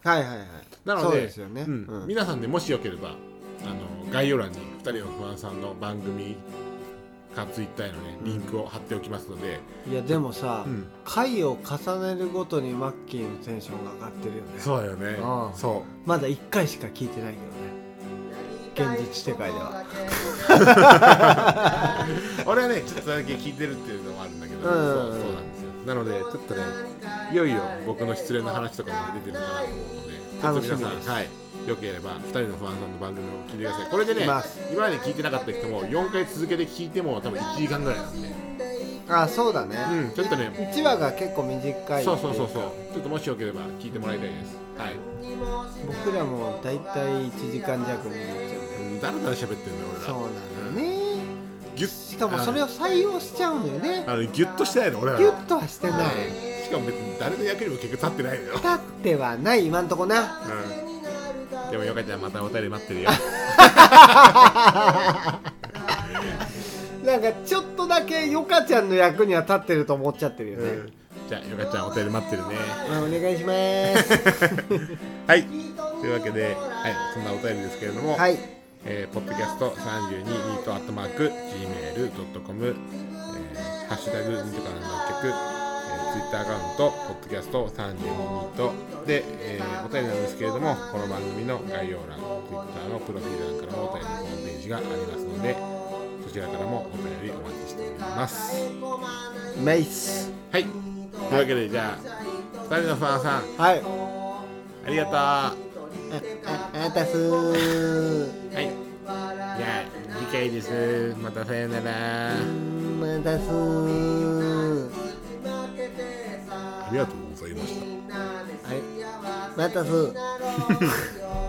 B: はいはいはい
A: なので
B: そうですよね、
A: うん
B: うん
A: 皆さんでもしよければあの概要欄に2人の不安さんの番組かツイッターへの、ね、リンクを貼っておきますので、
B: いやでもさ、
A: うん
B: 回を重ねるごとにマッキーのテンションが上がってるよね
A: そうだよね
B: ああ
A: そ
B: まだ1回しか聞いてないけどね現実世界では
A: う俺はねちょっとだけ聞いてるっていうのもあるんだけど、
B: う
A: そ
B: ん
A: うそうなんですよなのでちょっとねいよいよ僕の失恋の話とかも出てるかなと思うので
B: 楽
A: ち
B: し
A: ょ
B: み
A: っと皆さん
B: です
A: はいよければ2人の不安さんの番組を聞いてくださいこれでね
B: 聞きます
A: 今まで聞いてなかった人も4回続けて聞いても多分1時間ぐらいなんで、
B: あそうだね、
A: うん、ちょっとね
B: 1話が結構短いってい
A: そうそうそうそうちょっともしよければ聞いてもらいたいですはい
B: 僕らも大体1時間弱になっちゃう
A: うんだらだら喋ってるね俺ら
B: そうなんだよね
A: ギュッ
B: しかもそれを採用しちゃうんだよね
A: あのギュッとしてないの俺ら
B: ギュ
A: は
B: ッとはしてない
A: しかも別に誰の役にも結局立ってないのよ、
B: 立ってはない今んとこな
A: うん、でもよかちゃんまたお便り待って るよ
B: なんかちょっとだけヨカちゃんの役には立ってると思っちゃってるよ
A: う
B: ね、
A: んじゃあよかちゃんお便り待ってるね
B: まあお願いし ます
A: はいというわけで、はい、そんなお便りですけれども、
B: はい
A: えー、ポッドキャスト32ニートアットマーク Gmail.com、えー、ハッシュタグニートからの楽曲、えー、ツイッターアカウントポッドキャスト32ニートで、えー、お便りなんですけれどもこの番組の概要欄ツイッターのプロフィール欄からもお便りのホームページがありますのでそちらからもお便りお待ちしております
B: メイス
A: はいというわけでじゃあ2人のファンさん
B: はい
A: ありがとうは
B: ああたすー
A: いじゃあ次回ですまたさよなら
B: またすー哎
A: ありがとうございました
B: はいまたすー